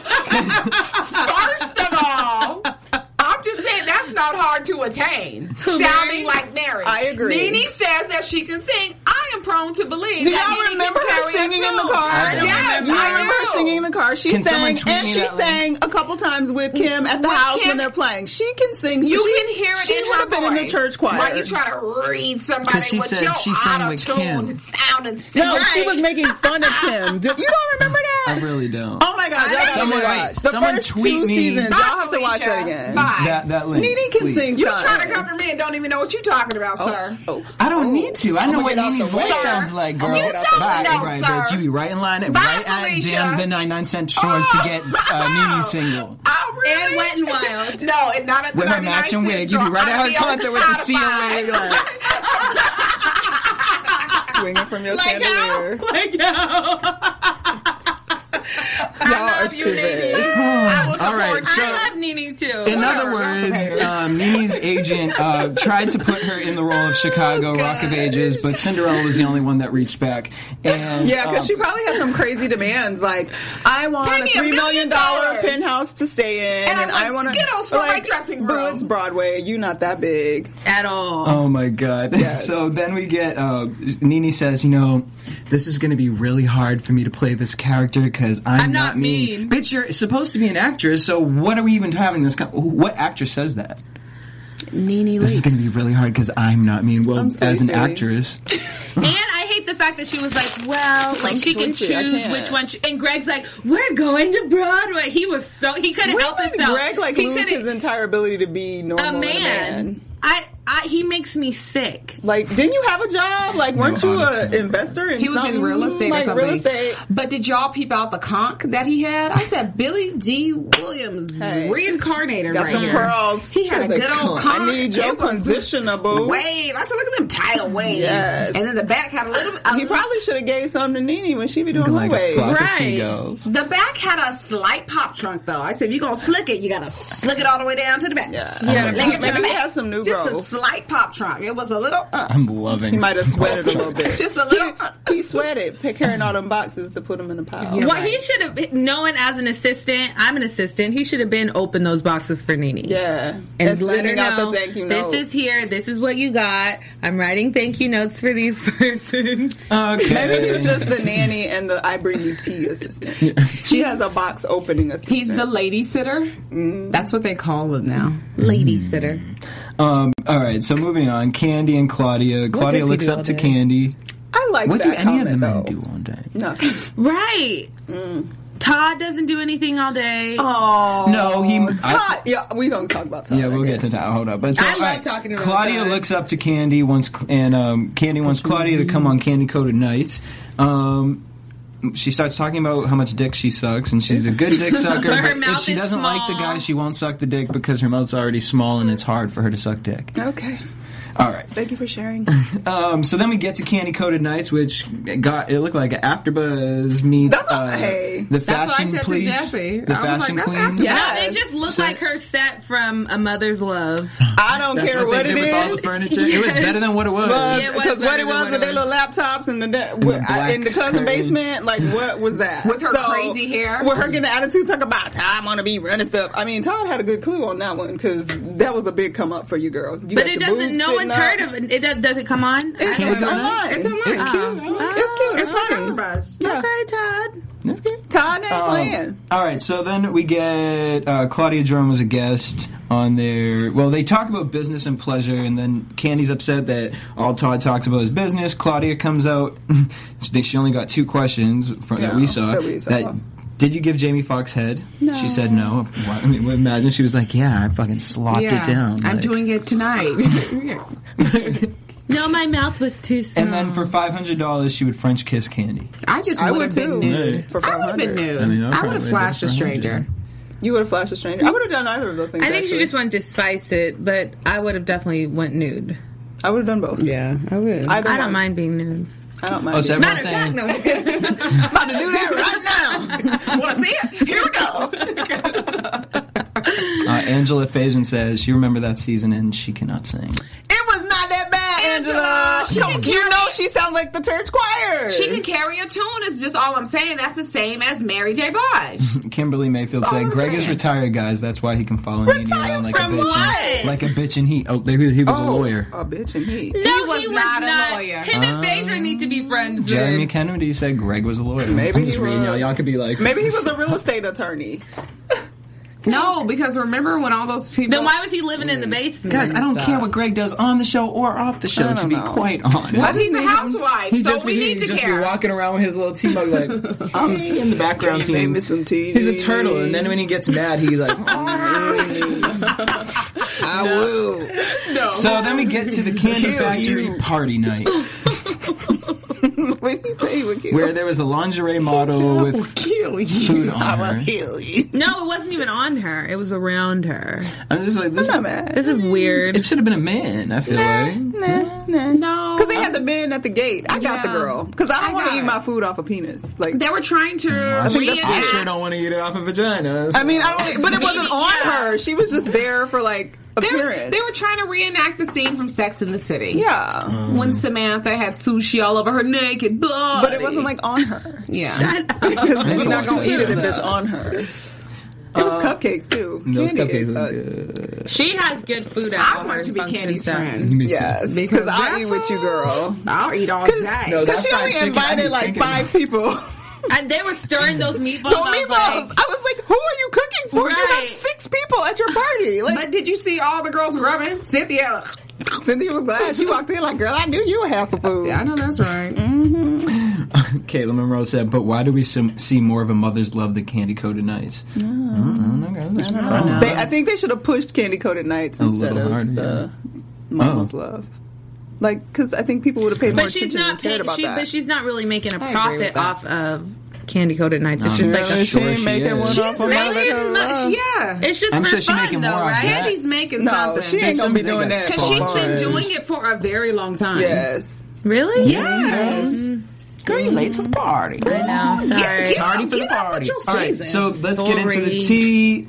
[SPEAKER 7] First of all, I'm just saying that's not hard to attain. Sounding
[SPEAKER 8] Mary?
[SPEAKER 7] like Mary.
[SPEAKER 6] I agree.
[SPEAKER 7] Nene says that she can sing. I am prone to believe.
[SPEAKER 6] Do
[SPEAKER 7] that
[SPEAKER 6] y'all
[SPEAKER 7] Nene can
[SPEAKER 6] remember her
[SPEAKER 7] carry a
[SPEAKER 6] singing in the
[SPEAKER 7] tune.
[SPEAKER 6] car?
[SPEAKER 5] I don't
[SPEAKER 7] Yes,
[SPEAKER 6] Do you
[SPEAKER 7] I
[SPEAKER 6] remember her
[SPEAKER 7] do.
[SPEAKER 6] singing in the car? She
[SPEAKER 5] Can someone
[SPEAKER 6] sang,
[SPEAKER 5] tweet
[SPEAKER 6] and
[SPEAKER 5] me
[SPEAKER 6] she
[SPEAKER 5] that link?
[SPEAKER 6] sang a couple times with Kim at the
[SPEAKER 7] With
[SPEAKER 6] house
[SPEAKER 7] Kim-
[SPEAKER 6] when they're playing. She can sing. so
[SPEAKER 7] You
[SPEAKER 6] she,
[SPEAKER 7] can hear it
[SPEAKER 6] She
[SPEAKER 7] in
[SPEAKER 6] would
[SPEAKER 7] her
[SPEAKER 6] have been in the
[SPEAKER 7] voice.
[SPEAKER 6] church choir.
[SPEAKER 7] Why you trying to read somebody
[SPEAKER 5] 'Cause she
[SPEAKER 7] with
[SPEAKER 5] said
[SPEAKER 7] your
[SPEAKER 5] she sang
[SPEAKER 7] out of
[SPEAKER 5] with
[SPEAKER 7] tune
[SPEAKER 5] Kim.
[SPEAKER 7] sound and stuff?
[SPEAKER 6] no, she
[SPEAKER 7] Right.
[SPEAKER 6] was making fun of
[SPEAKER 7] *laughs*
[SPEAKER 6] Tim. Do- you don't remember that?
[SPEAKER 5] I really don't.
[SPEAKER 6] Oh my god! Y'all
[SPEAKER 5] Someone-
[SPEAKER 6] someone,
[SPEAKER 5] wait,
[SPEAKER 6] watch. The
[SPEAKER 5] someone
[SPEAKER 6] first
[SPEAKER 5] tweet
[SPEAKER 6] two
[SPEAKER 5] me.
[SPEAKER 6] seasons.
[SPEAKER 7] Bye,
[SPEAKER 6] Y'all have to watch
[SPEAKER 7] Felicia.
[SPEAKER 6] that again.
[SPEAKER 7] Bye.
[SPEAKER 5] That that link.
[SPEAKER 6] Nene can
[SPEAKER 5] please.
[SPEAKER 6] sing.
[SPEAKER 7] You
[SPEAKER 6] son.
[SPEAKER 7] trying to cover me and don't even know what you're talking about,
[SPEAKER 5] Oh.
[SPEAKER 7] sir.
[SPEAKER 5] I don't need to. I know what
[SPEAKER 6] get out
[SPEAKER 5] Nene's
[SPEAKER 6] the way.
[SPEAKER 5] voice sounds like, girl.
[SPEAKER 7] You
[SPEAKER 5] Right,
[SPEAKER 7] don't know,
[SPEAKER 5] right,
[SPEAKER 7] sir.
[SPEAKER 5] bitch. You be right in line, at,
[SPEAKER 7] Bye,
[SPEAKER 5] right
[SPEAKER 7] Felicia. Oh.
[SPEAKER 5] at damn the 99 cent stores to get
[SPEAKER 7] *laughs*
[SPEAKER 5] uh,
[SPEAKER 7] wow.
[SPEAKER 5] Nene's single.
[SPEAKER 7] I really
[SPEAKER 8] And Wet n' Wild.
[SPEAKER 7] *laughs* no, and not at the
[SPEAKER 5] With her
[SPEAKER 7] 99
[SPEAKER 5] matching
[SPEAKER 7] cent
[SPEAKER 5] wig, you be
[SPEAKER 7] store.
[SPEAKER 5] right
[SPEAKER 7] I'll
[SPEAKER 5] at
[SPEAKER 7] be
[SPEAKER 5] her
[SPEAKER 7] on
[SPEAKER 5] concert with the
[SPEAKER 7] Spotify.
[SPEAKER 5] COA. Like,
[SPEAKER 6] swinging from your
[SPEAKER 7] Like
[SPEAKER 6] chandelier.
[SPEAKER 7] how? Like how? I
[SPEAKER 6] Y'all are
[SPEAKER 7] love you,
[SPEAKER 6] stupid.
[SPEAKER 7] Nene. I will support
[SPEAKER 5] Oh, *sighs* All right,
[SPEAKER 7] you.
[SPEAKER 5] so-
[SPEAKER 8] I love Nene too.
[SPEAKER 5] In other
[SPEAKER 7] Whatever,
[SPEAKER 5] words,
[SPEAKER 7] that's okay.
[SPEAKER 5] um, Nene's agent uh, tried to put her in the role of Chicago Rock of Ages, but Cinderella was the only one that reached back. And
[SPEAKER 6] *laughs* Yeah, because
[SPEAKER 5] um,
[SPEAKER 6] she probably had some crazy demands. Like, I want
[SPEAKER 7] Pay
[SPEAKER 6] a
[SPEAKER 7] me a
[SPEAKER 6] three
[SPEAKER 7] million
[SPEAKER 6] million dollar
[SPEAKER 7] dollars.
[SPEAKER 6] penthouse to stay in,
[SPEAKER 7] And I want
[SPEAKER 6] I want
[SPEAKER 7] Skittles for my dressing room.
[SPEAKER 6] Boots, Broadway. You not that big.
[SPEAKER 8] at all.
[SPEAKER 5] Oh my god. *laughs* So then we get uh Nini says, you know, this is going to be really hard for me to play this character cuz I'm,
[SPEAKER 8] I'm not mean.
[SPEAKER 5] Bitch, you're supposed to be an actress, so what are we even having this con- what actress says that?
[SPEAKER 8] Nene
[SPEAKER 5] This is going to be really hard cuz I'm not mean. Well,
[SPEAKER 6] I'm
[SPEAKER 5] as an
[SPEAKER 6] sleepy.
[SPEAKER 5] actress.
[SPEAKER 8] *laughs* And I hate the fact that she was like, well, like she can
[SPEAKER 6] sleepy, I
[SPEAKER 8] choose
[SPEAKER 6] can't.
[SPEAKER 8] which one. She, and Greg's like, we're going to Broadway. He was so he couldn't
[SPEAKER 6] Where
[SPEAKER 8] help
[SPEAKER 6] did
[SPEAKER 8] himself.
[SPEAKER 6] Greg like
[SPEAKER 8] he
[SPEAKER 6] lose
[SPEAKER 8] couldn't-
[SPEAKER 6] his entire ability to be normal
[SPEAKER 8] a
[SPEAKER 6] and
[SPEAKER 8] man. I, I he makes me sick.
[SPEAKER 6] Like, didn't you have a job? Like, weren't you an
[SPEAKER 5] honestly.
[SPEAKER 6] investor? In
[SPEAKER 7] He was
[SPEAKER 6] something?
[SPEAKER 7] in real estate
[SPEAKER 6] like,
[SPEAKER 7] or something.
[SPEAKER 6] Real estate.
[SPEAKER 7] But did y'all peep out the conch that he had? I said Billy D. Williams
[SPEAKER 6] Hey.
[SPEAKER 7] reincarnated
[SPEAKER 6] Got
[SPEAKER 7] right
[SPEAKER 6] them
[SPEAKER 7] here.
[SPEAKER 6] pearls.
[SPEAKER 7] He had a
[SPEAKER 6] The
[SPEAKER 7] good old
[SPEAKER 6] conch.
[SPEAKER 7] conch.
[SPEAKER 6] I need your
[SPEAKER 7] It was
[SPEAKER 6] positionable.
[SPEAKER 7] Wave. I said, look at them tidal waves.
[SPEAKER 6] Yes.
[SPEAKER 7] And then the back had a little. a
[SPEAKER 6] He probably should have gave some to Nene when she be doing
[SPEAKER 5] like a
[SPEAKER 6] runways.
[SPEAKER 5] flock of
[SPEAKER 8] Right.
[SPEAKER 5] seagulls.
[SPEAKER 7] The back had a slight pop trunk though. I said, if you're gonna slick it, you gotta slick it all the way down to the back. Yeah,
[SPEAKER 6] Yeah,
[SPEAKER 7] slick it to
[SPEAKER 6] maybe
[SPEAKER 7] the
[SPEAKER 6] he
[SPEAKER 7] back.
[SPEAKER 6] has some new
[SPEAKER 7] Just a
[SPEAKER 6] growth.
[SPEAKER 7] slight pop trunk. It was a little up.
[SPEAKER 5] I'm loving.
[SPEAKER 6] He might have sweated a little bit.
[SPEAKER 7] Just a little. Uh,
[SPEAKER 6] he sweated pick- carrying all them boxes to put them in the pile.
[SPEAKER 8] Well, he should have known as an assistant. I'm an assistant. He should have been open those boxes for Nene.
[SPEAKER 6] Yeah,
[SPEAKER 8] And, let her
[SPEAKER 6] sending out
[SPEAKER 8] know
[SPEAKER 6] the thank you
[SPEAKER 8] this
[SPEAKER 6] note.
[SPEAKER 8] is here. This is what you got. I'm writing thank you notes for these *laughs* persons.
[SPEAKER 5] Okay.
[SPEAKER 6] Maybe he was just the nanny and the I bring you
[SPEAKER 5] *laughs*
[SPEAKER 6] tea assistant. She has a box opening assistant.
[SPEAKER 7] he's the lady sitter. That's what they call him now.
[SPEAKER 8] Lady
[SPEAKER 6] Mm.
[SPEAKER 8] sitter.
[SPEAKER 5] um all right, so moving on, Candy and Claudia. Claudia
[SPEAKER 8] does he
[SPEAKER 5] looks
[SPEAKER 8] do
[SPEAKER 5] up
[SPEAKER 8] all
[SPEAKER 5] to
[SPEAKER 8] day?
[SPEAKER 5] Candy.
[SPEAKER 6] I like
[SPEAKER 5] What do
[SPEAKER 6] that
[SPEAKER 5] any of the
[SPEAKER 6] comment,
[SPEAKER 5] men
[SPEAKER 6] though.
[SPEAKER 5] do all day?
[SPEAKER 6] No.
[SPEAKER 8] Right. Mm. Todd doesn't do anything all day.
[SPEAKER 6] Oh
[SPEAKER 5] No, he-
[SPEAKER 6] Todd. yeah, we gonna talk about Todd.
[SPEAKER 5] Yeah, we'll
[SPEAKER 6] I
[SPEAKER 5] get to
[SPEAKER 6] guess.
[SPEAKER 5] that. Hold up. But so,
[SPEAKER 8] I
[SPEAKER 5] all
[SPEAKER 8] love talking to her
[SPEAKER 5] Claudia
[SPEAKER 8] all the time.
[SPEAKER 5] looks up to
[SPEAKER 6] Mm-hmm.
[SPEAKER 5] Candy once, and um, Candy wants Claudia to come on Candy Coated Nights. Um, she starts talking about how much dick she sucks, and she's a good
[SPEAKER 8] *laughs*
[SPEAKER 5] dick sucker.
[SPEAKER 7] Her
[SPEAKER 5] but if
[SPEAKER 7] mouth
[SPEAKER 5] she
[SPEAKER 7] is
[SPEAKER 5] doesn't like the guy, she won't suck the dick because her mouth's already small and it's hard for her to suck dick.
[SPEAKER 6] Okay.
[SPEAKER 5] All right.
[SPEAKER 6] Thank you
[SPEAKER 5] *laughs*
[SPEAKER 6] for sharing.
[SPEAKER 5] Um, so then we get to Candy Coated Nights, which got it looked like AfterBuzz meets uh,
[SPEAKER 6] okay.
[SPEAKER 5] the
[SPEAKER 8] That's
[SPEAKER 5] fashion
[SPEAKER 8] what I said to
[SPEAKER 5] police,
[SPEAKER 8] Jeffy.
[SPEAKER 5] the
[SPEAKER 8] I was like,
[SPEAKER 5] fashion
[SPEAKER 8] that's
[SPEAKER 5] queen.
[SPEAKER 8] Yeah, it just looked
[SPEAKER 5] So-
[SPEAKER 8] like her set from A Mother's Love.
[SPEAKER 6] I don't
[SPEAKER 5] That's
[SPEAKER 6] care
[SPEAKER 5] what
[SPEAKER 6] what,
[SPEAKER 5] they
[SPEAKER 6] it
[SPEAKER 5] did with all
[SPEAKER 6] is.
[SPEAKER 5] the furniture. It
[SPEAKER 8] *laughs*
[SPEAKER 5] was
[SPEAKER 8] Yes.
[SPEAKER 5] better than what it was.
[SPEAKER 8] It was
[SPEAKER 6] Because what
[SPEAKER 8] better
[SPEAKER 6] it
[SPEAKER 8] than
[SPEAKER 6] was
[SPEAKER 8] what
[SPEAKER 6] with
[SPEAKER 8] it
[SPEAKER 6] their little laptops and the, that- what- I- in the
[SPEAKER 5] black
[SPEAKER 6] cousin
[SPEAKER 5] curtain.
[SPEAKER 6] basement, like what was that?
[SPEAKER 7] With her crazy hair.
[SPEAKER 6] with her getting the attitude, talk about time want to be running stuff. I mean, Todd had a good clue on that one because that was a big come up for you, girl. You
[SPEAKER 8] But
[SPEAKER 6] got
[SPEAKER 8] it
[SPEAKER 6] your
[SPEAKER 8] doesn't.
[SPEAKER 6] boobs
[SPEAKER 8] No
[SPEAKER 6] sitting
[SPEAKER 8] one's
[SPEAKER 6] up.
[SPEAKER 8] heard of it. It does, does it come on? I
[SPEAKER 6] It's
[SPEAKER 8] don't know. Oh.
[SPEAKER 6] online.
[SPEAKER 7] It's online.
[SPEAKER 5] It's cute.
[SPEAKER 6] It's cute. It's funny.
[SPEAKER 8] Uh-huh.
[SPEAKER 7] AfterBuzz.
[SPEAKER 6] Yeah.
[SPEAKER 8] Okay, Todd.
[SPEAKER 5] That's good.
[SPEAKER 6] Todd ain't
[SPEAKER 5] Um,
[SPEAKER 6] playing.
[SPEAKER 5] all right, so then we get uh, Claudia Jerome was a guest on their. Well, they talk about business and pleasure, and then Candy's upset that all Todd talks about is business. Claudia comes out. *laughs* she thinks she only got two questions from, that, we
[SPEAKER 6] Yeah,
[SPEAKER 5] saw,
[SPEAKER 6] that we saw.
[SPEAKER 5] did you give Jamie Foxx head? She said no. Why- I mean, imagine she was like, "Yeah, I fucking slopped it down."
[SPEAKER 7] I'm
[SPEAKER 5] like-
[SPEAKER 7] doing it tonight. *laughs*
[SPEAKER 8] No, my mouth was too small.
[SPEAKER 5] And then for five hundred dollars, she would French kiss Candy.
[SPEAKER 7] I just would have been
[SPEAKER 6] too.
[SPEAKER 7] nude.
[SPEAKER 6] For
[SPEAKER 7] I would have been
[SPEAKER 6] 500.
[SPEAKER 7] nude.
[SPEAKER 5] I
[SPEAKER 7] I,
[SPEAKER 5] mean, I probably
[SPEAKER 7] would
[SPEAKER 5] would've
[SPEAKER 7] have flashed
[SPEAKER 5] been
[SPEAKER 7] a
[SPEAKER 5] 400.
[SPEAKER 7] stranger.
[SPEAKER 6] You would have flashed a stranger. I would have done either of those things.
[SPEAKER 8] I think she
[SPEAKER 6] actually.
[SPEAKER 8] just wanted to spice it, but I would have definitely went nude.
[SPEAKER 6] I would have done both.
[SPEAKER 7] Yeah, I would.
[SPEAKER 6] Either
[SPEAKER 8] I
[SPEAKER 6] one.
[SPEAKER 8] don't mind being nude.
[SPEAKER 6] I don't mind.
[SPEAKER 5] Oh, so
[SPEAKER 6] either.
[SPEAKER 5] everyone's saying
[SPEAKER 8] No, no.
[SPEAKER 7] about to do that right now. Want to see it? Here we go.
[SPEAKER 5] uh, Angela Faison says she remembered that season and she cannot sing.
[SPEAKER 7] It was not that bad, Angela. She can
[SPEAKER 6] you
[SPEAKER 7] carry-
[SPEAKER 6] know she sounds like the church choir.
[SPEAKER 7] She can carry a tune. Is just all I'm saying. That's the same as Mary J. Blige.
[SPEAKER 5] Kimberly Mayfield
[SPEAKER 7] That's all
[SPEAKER 5] said,
[SPEAKER 7] I'm
[SPEAKER 5] "Greg is
[SPEAKER 7] saying.
[SPEAKER 5] retired, guys. That's why he can follow me
[SPEAKER 7] Retired
[SPEAKER 5] around like a
[SPEAKER 7] from
[SPEAKER 5] bitch,
[SPEAKER 7] what?
[SPEAKER 5] and, like a bitch." And he, oh, he was- he was a
[SPEAKER 6] Oh,
[SPEAKER 5] lawyer.
[SPEAKER 6] A bitch and he.
[SPEAKER 8] No,
[SPEAKER 7] was not a lawyer.
[SPEAKER 8] Him and Phaedra need to be friends.
[SPEAKER 5] Jeremy
[SPEAKER 8] dude.
[SPEAKER 5] Kennedy said Greg was a lawyer.
[SPEAKER 6] Maybe
[SPEAKER 5] I'm just
[SPEAKER 6] he
[SPEAKER 5] reading
[SPEAKER 6] was.
[SPEAKER 5] y'all. Y'all could be like,
[SPEAKER 6] Maybe he was a real estate attorney.
[SPEAKER 7] No, because remember when all those people.
[SPEAKER 8] Then why was he living in the basement?
[SPEAKER 5] guys, I don't care what Greg does on the show or off the show.
[SPEAKER 6] don't
[SPEAKER 5] To be
[SPEAKER 6] know.
[SPEAKER 5] quite honest,
[SPEAKER 7] Well, he's a housewife, *laughs*
[SPEAKER 5] He'd
[SPEAKER 7] so
[SPEAKER 5] just
[SPEAKER 7] we
[SPEAKER 5] be,
[SPEAKER 7] need
[SPEAKER 5] he'd
[SPEAKER 7] to
[SPEAKER 5] just
[SPEAKER 7] care.
[SPEAKER 5] be walking around with his little team mug like
[SPEAKER 6] *laughs*
[SPEAKER 5] I'm in the background
[SPEAKER 6] Can you make
[SPEAKER 5] scene.
[SPEAKER 6] me some tea?
[SPEAKER 5] He's a turtle, and then when he gets mad, he's
[SPEAKER 6] *laughs*
[SPEAKER 5] like. "Oh,
[SPEAKER 6] I will.
[SPEAKER 5] So then we get to the candy
[SPEAKER 6] Kill
[SPEAKER 5] factory
[SPEAKER 6] you.
[SPEAKER 5] party night,
[SPEAKER 6] when he say he would kill
[SPEAKER 5] where there was a lingerie model with
[SPEAKER 6] kill you.
[SPEAKER 5] food on
[SPEAKER 6] *laughs* I
[SPEAKER 5] her.
[SPEAKER 6] will kill you.
[SPEAKER 8] No, it wasn't even on her. It was around her.
[SPEAKER 5] I'm just like this.
[SPEAKER 6] I'm not mad.
[SPEAKER 8] This is weird.
[SPEAKER 5] It should have been a man. I feel like.
[SPEAKER 6] Nah, nah.
[SPEAKER 7] No.
[SPEAKER 6] Because they had the men at the gate. I got the
[SPEAKER 7] Yeah.
[SPEAKER 6] girl. Because I
[SPEAKER 7] I
[SPEAKER 6] don't want
[SPEAKER 7] got
[SPEAKER 6] to eat
[SPEAKER 7] it.
[SPEAKER 6] my food off a penis. Like
[SPEAKER 7] They were trying to reenact.
[SPEAKER 5] I sure don't want to eat it off a vagina.
[SPEAKER 6] I mean, I don't. But
[SPEAKER 7] *laughs*
[SPEAKER 6] it wasn't on
[SPEAKER 7] Yeah.
[SPEAKER 6] her. She was just there for like
[SPEAKER 7] They were-
[SPEAKER 6] appearance.
[SPEAKER 7] they were Uh-huh. trying to reenact the scene from Sex in the City.
[SPEAKER 6] yeah,
[SPEAKER 7] When Samantha had sushi all over her naked body.
[SPEAKER 6] but it wasn't like on her.
[SPEAKER 7] Yeah.
[SPEAKER 6] Because we're not gonna
[SPEAKER 5] Shut
[SPEAKER 6] eat it if
[SPEAKER 5] up.
[SPEAKER 6] it's
[SPEAKER 5] *laughs*
[SPEAKER 6] on her. It was cupcakes too.
[SPEAKER 5] *laughs* those
[SPEAKER 6] Candy
[SPEAKER 5] cupcakes
[SPEAKER 6] is,
[SPEAKER 5] look
[SPEAKER 6] uh,
[SPEAKER 5] good.
[SPEAKER 8] *laughs* She has good food.
[SPEAKER 7] I want to be Candy's friend.
[SPEAKER 5] Me too.
[SPEAKER 6] Yes,
[SPEAKER 7] Because
[SPEAKER 6] because I'll eat
[SPEAKER 7] that's
[SPEAKER 6] with you, girl.
[SPEAKER 7] I'll eat all day.
[SPEAKER 5] No, that
[SPEAKER 6] Because she
[SPEAKER 5] fried
[SPEAKER 6] only
[SPEAKER 5] chicken, I
[SPEAKER 6] invited
[SPEAKER 5] was
[SPEAKER 6] like
[SPEAKER 5] thinking- *laughs*
[SPEAKER 6] five people.
[SPEAKER 8] And they were stirring those meatballs. I
[SPEAKER 6] No
[SPEAKER 8] was
[SPEAKER 6] meatballs.
[SPEAKER 8] like,
[SPEAKER 6] I was like, who are you cooking for? You have
[SPEAKER 8] Right.
[SPEAKER 6] six people at
[SPEAKER 8] *laughs*
[SPEAKER 6] your party. Like
[SPEAKER 7] But did you see all the girls rubbing? Cynthia.
[SPEAKER 6] Cynthia was glad she walked in. Like, girl, I knew you would have some food.
[SPEAKER 7] Yeah, I know that's right.
[SPEAKER 5] Caitlin Monroe said, "But why do we sim- see more of a mother's love than candy coated nights?" Mm, okay, that's fine.
[SPEAKER 6] They, I think they should have pushed Candy Coated Nights instead
[SPEAKER 5] little
[SPEAKER 6] of
[SPEAKER 5] harder,
[SPEAKER 6] the Mama's
[SPEAKER 5] Oh.
[SPEAKER 6] Love. Like, because I think people would have paid more
[SPEAKER 8] but she's
[SPEAKER 6] attention
[SPEAKER 8] not
[SPEAKER 6] and cared
[SPEAKER 8] paying.
[SPEAKER 6] about
[SPEAKER 8] She,
[SPEAKER 6] that.
[SPEAKER 8] but she's not really making a
[SPEAKER 7] agree with
[SPEAKER 8] profit
[SPEAKER 7] that.
[SPEAKER 8] off of candy coated nights. It's
[SPEAKER 5] No,
[SPEAKER 8] just like
[SPEAKER 5] no,
[SPEAKER 8] a
[SPEAKER 5] she ain't making one
[SPEAKER 6] She's
[SPEAKER 5] off of
[SPEAKER 6] making
[SPEAKER 7] Making
[SPEAKER 6] much-
[SPEAKER 7] much, yeah.
[SPEAKER 8] It's just
[SPEAKER 5] I'm
[SPEAKER 8] for
[SPEAKER 5] sure she
[SPEAKER 8] fun,
[SPEAKER 5] making
[SPEAKER 8] though,
[SPEAKER 5] more off
[SPEAKER 8] right?
[SPEAKER 5] that.
[SPEAKER 7] Candy's making
[SPEAKER 6] no,
[SPEAKER 7] something.
[SPEAKER 6] she ain't gonna be
[SPEAKER 5] Something
[SPEAKER 6] doing
[SPEAKER 5] that's
[SPEAKER 6] that.
[SPEAKER 7] Because she's been
[SPEAKER 5] Bars.
[SPEAKER 7] doing it for a very long time.
[SPEAKER 6] Yes.
[SPEAKER 8] Really?
[SPEAKER 7] Yes.
[SPEAKER 5] Girl, you late to the party.
[SPEAKER 8] I know. Sorry.
[SPEAKER 7] Yeah,
[SPEAKER 5] Party for the
[SPEAKER 7] Get up
[SPEAKER 5] party.
[SPEAKER 7] with your
[SPEAKER 5] All right,
[SPEAKER 7] seasons.
[SPEAKER 5] so let's get into
[SPEAKER 8] Sorry.
[SPEAKER 5] the tea.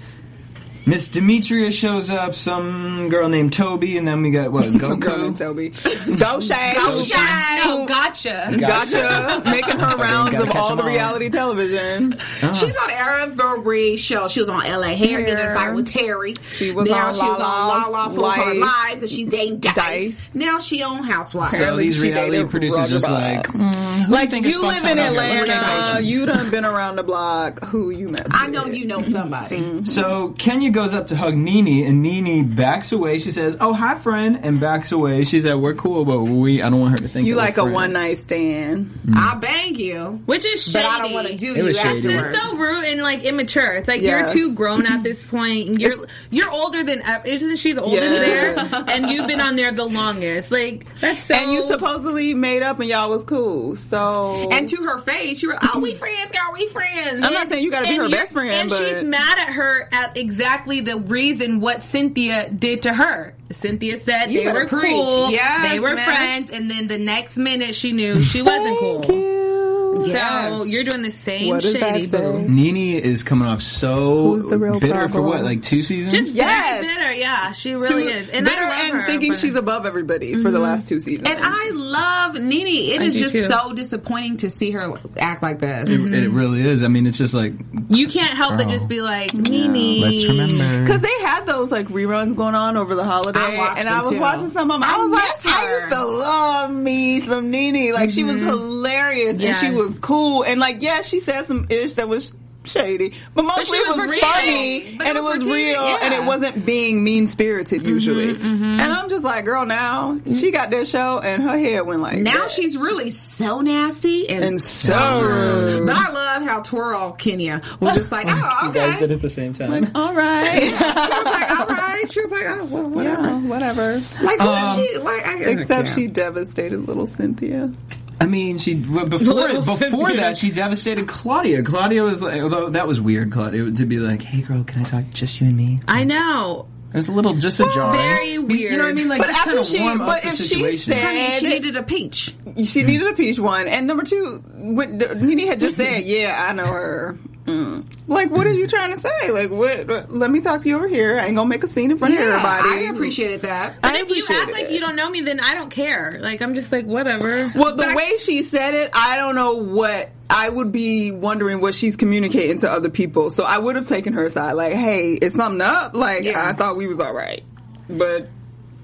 [SPEAKER 5] Miss Demetria shows up, some girl named Toby, and then we got what?
[SPEAKER 6] *laughs* Some girl named
[SPEAKER 5] Goku.
[SPEAKER 6] Toby. Go Shay.
[SPEAKER 7] Go shy. No, Oh, gotcha.
[SPEAKER 6] Gotcha. Making her rounds
[SPEAKER 5] gotta
[SPEAKER 6] of
[SPEAKER 5] catch
[SPEAKER 6] all
[SPEAKER 5] 'em
[SPEAKER 6] the
[SPEAKER 5] all.
[SPEAKER 6] reality television.
[SPEAKER 7] She's on every show. She was on LA Hair, getting a
[SPEAKER 6] Hair.
[SPEAKER 7] fight with Terry.
[SPEAKER 6] She was
[SPEAKER 7] now
[SPEAKER 6] on
[SPEAKER 7] she was
[SPEAKER 6] La
[SPEAKER 7] on La La
[SPEAKER 6] La's
[SPEAKER 7] Full Life.
[SPEAKER 6] Life.
[SPEAKER 7] Live because she's dating Dice.
[SPEAKER 6] Dice.
[SPEAKER 7] Now she on Housewives.
[SPEAKER 5] So these
[SPEAKER 6] She dated
[SPEAKER 5] reality producers just
[SPEAKER 6] Roger
[SPEAKER 5] like,
[SPEAKER 6] Bob.
[SPEAKER 5] like think
[SPEAKER 6] You live in Atlanta.
[SPEAKER 5] You-
[SPEAKER 6] You done been around the block. Who you mess
[SPEAKER 7] I
[SPEAKER 6] with?
[SPEAKER 7] know you know somebody.
[SPEAKER 5] so Kenya goes up to hug Nene, and Nene backs away. She says, "Oh hi, friend," and backs away. She said, "We're cool, but we I don't want her to think
[SPEAKER 6] You
[SPEAKER 5] that we're
[SPEAKER 6] like a
[SPEAKER 5] friends."
[SPEAKER 6] one night stand.
[SPEAKER 7] I bang you,
[SPEAKER 8] Which is shady.
[SPEAKER 7] but I don't want to do
[SPEAKER 5] It was
[SPEAKER 7] you
[SPEAKER 5] shady.
[SPEAKER 7] afterwards.
[SPEAKER 8] It's so rude and like immature. It's like
[SPEAKER 6] Yes.
[SPEAKER 8] you're too grown at this point. and You're you're older than ever. Isn't she the oldest
[SPEAKER 6] Yeah.
[SPEAKER 8] there? And you've been on there the longest. Like that's so.
[SPEAKER 6] and you supposedly made up and y'all was cool. So So
[SPEAKER 7] And to her face, she was, "Are we friends? Girl, we friends."
[SPEAKER 6] I'm not saying you gotta be
[SPEAKER 7] And
[SPEAKER 6] her
[SPEAKER 7] you-
[SPEAKER 6] best friend,
[SPEAKER 8] and
[SPEAKER 6] but
[SPEAKER 8] she's mad at her at exactly the reason what Cynthia did to her. Cynthia said
[SPEAKER 7] You
[SPEAKER 8] they
[SPEAKER 7] better
[SPEAKER 8] were
[SPEAKER 7] preach.
[SPEAKER 8] cool,
[SPEAKER 7] Yes,
[SPEAKER 8] they were
[SPEAKER 7] miss.
[SPEAKER 8] friends, and then the next minute she knew she wasn't cool. So
[SPEAKER 7] Yes.
[SPEAKER 8] you're doing the same
[SPEAKER 7] What does that
[SPEAKER 8] shady boo.
[SPEAKER 5] Nini is coming off so
[SPEAKER 8] Who's the real
[SPEAKER 5] bitter for
[SPEAKER 8] problem?
[SPEAKER 5] what, like two seasons?
[SPEAKER 8] Just
[SPEAKER 6] Yes.
[SPEAKER 8] very bitter, yeah. She really
[SPEAKER 6] Too
[SPEAKER 8] is, and
[SPEAKER 6] bitter
[SPEAKER 8] I love
[SPEAKER 6] and
[SPEAKER 8] her,
[SPEAKER 6] thinking
[SPEAKER 8] but-
[SPEAKER 6] she's above everybody for the last two seasons.
[SPEAKER 7] And I love Nene. It
[SPEAKER 5] I
[SPEAKER 7] is
[SPEAKER 5] do
[SPEAKER 7] just
[SPEAKER 5] too.
[SPEAKER 7] so disappointing to see her act like this.
[SPEAKER 5] It, it really is. I mean, it's just like
[SPEAKER 8] You can't
[SPEAKER 5] help but just
[SPEAKER 8] be like
[SPEAKER 5] Nene. Let's
[SPEAKER 6] *laughs*
[SPEAKER 5] remember.
[SPEAKER 6] because they had those like reruns going on over the holiday,
[SPEAKER 7] I watched
[SPEAKER 6] and
[SPEAKER 7] them
[SPEAKER 6] I was
[SPEAKER 7] too.
[SPEAKER 6] watching some of them. I,
[SPEAKER 7] I
[SPEAKER 6] was like,
[SPEAKER 7] miss
[SPEAKER 6] I
[SPEAKER 7] her.
[SPEAKER 6] used to love me some Nene. Like she was
[SPEAKER 7] Mhm.
[SPEAKER 6] hilarious
[SPEAKER 7] Yes.
[SPEAKER 6] and she was cool, and like yeah, she said some ish that was. Shady,
[SPEAKER 7] But
[SPEAKER 6] but mostly
[SPEAKER 7] she
[SPEAKER 6] it
[SPEAKER 7] was
[SPEAKER 6] was
[SPEAKER 7] for
[SPEAKER 6] funny
[SPEAKER 7] TV. But
[SPEAKER 6] and
[SPEAKER 7] it
[SPEAKER 6] it
[SPEAKER 7] was
[SPEAKER 6] was
[SPEAKER 7] for TV,
[SPEAKER 6] real Mm-hmm, and it
[SPEAKER 7] yeah.
[SPEAKER 6] wasn't being mean spirited usually. And I'm just like, girl, now she got this show and her head went like
[SPEAKER 7] Now
[SPEAKER 6] that.
[SPEAKER 7] she's really so nasty and,
[SPEAKER 6] And so rude. *laughs*
[SPEAKER 7] But I love how Twirl Kenya was just like, oh, okay.
[SPEAKER 5] did at the same time.
[SPEAKER 6] all right.
[SPEAKER 7] she was like, all right. She was like, oh, well, whatever.
[SPEAKER 6] whatever.
[SPEAKER 7] Like, who
[SPEAKER 5] Um,
[SPEAKER 7] did she, like, I,
[SPEAKER 6] Except
[SPEAKER 5] Yeah.
[SPEAKER 6] she devastated little Cynthia.
[SPEAKER 5] I mean, she well, before
[SPEAKER 6] Little
[SPEAKER 5] before
[SPEAKER 6] Cynthia.
[SPEAKER 5] that she devastated Claudia. Claudia was like, although that was weird, Claudia to be like, "Hey, girl, can I talk just you and me?"
[SPEAKER 8] I know.
[SPEAKER 5] It was a little just a jar.
[SPEAKER 8] Very weird.
[SPEAKER 5] You know what I mean? Like
[SPEAKER 6] But
[SPEAKER 5] just kind
[SPEAKER 6] after
[SPEAKER 5] of
[SPEAKER 6] she-
[SPEAKER 5] warm up
[SPEAKER 6] but
[SPEAKER 5] the
[SPEAKER 6] if she
[SPEAKER 5] situation.
[SPEAKER 6] said- Honey, she
[SPEAKER 7] needed a peach.
[SPEAKER 6] She
[SPEAKER 7] Mm.
[SPEAKER 6] needed a peach one, and number two, when Nene had just
[SPEAKER 7] *laughs*
[SPEAKER 6] said, "Yeah, I know her." Mm. Like, what are you trying to say? Like, what? what- Let me talk to you over here. I ain't gonna make a scene in front of
[SPEAKER 7] Yeah,
[SPEAKER 6] everybody.
[SPEAKER 7] I appreciated that.
[SPEAKER 6] I
[SPEAKER 8] if you
[SPEAKER 6] appreciate
[SPEAKER 8] act like
[SPEAKER 6] it.
[SPEAKER 8] you don't know me, then I don't care. Like I'm just like whatever.
[SPEAKER 6] Well, the way she said it, I don't know what. I would be wondering what she's communicating to other people. So I would have taken her side. Like, hey, it's something up. Like, I thought we was all right, but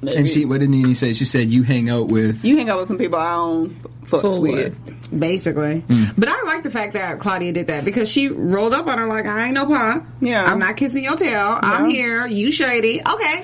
[SPEAKER 5] and she what did Nene say? She said, "You hang out with."
[SPEAKER 6] you hang out with some people I don't fucks with.
[SPEAKER 7] Basically.
[SPEAKER 6] Mm.
[SPEAKER 7] But I like the fact that Claudia did that because she rolled up on her like, I ain't no pop. Yeah. I'm not kissing your tail. I'm
[SPEAKER 5] Yeah.
[SPEAKER 7] here. You shady. Okay.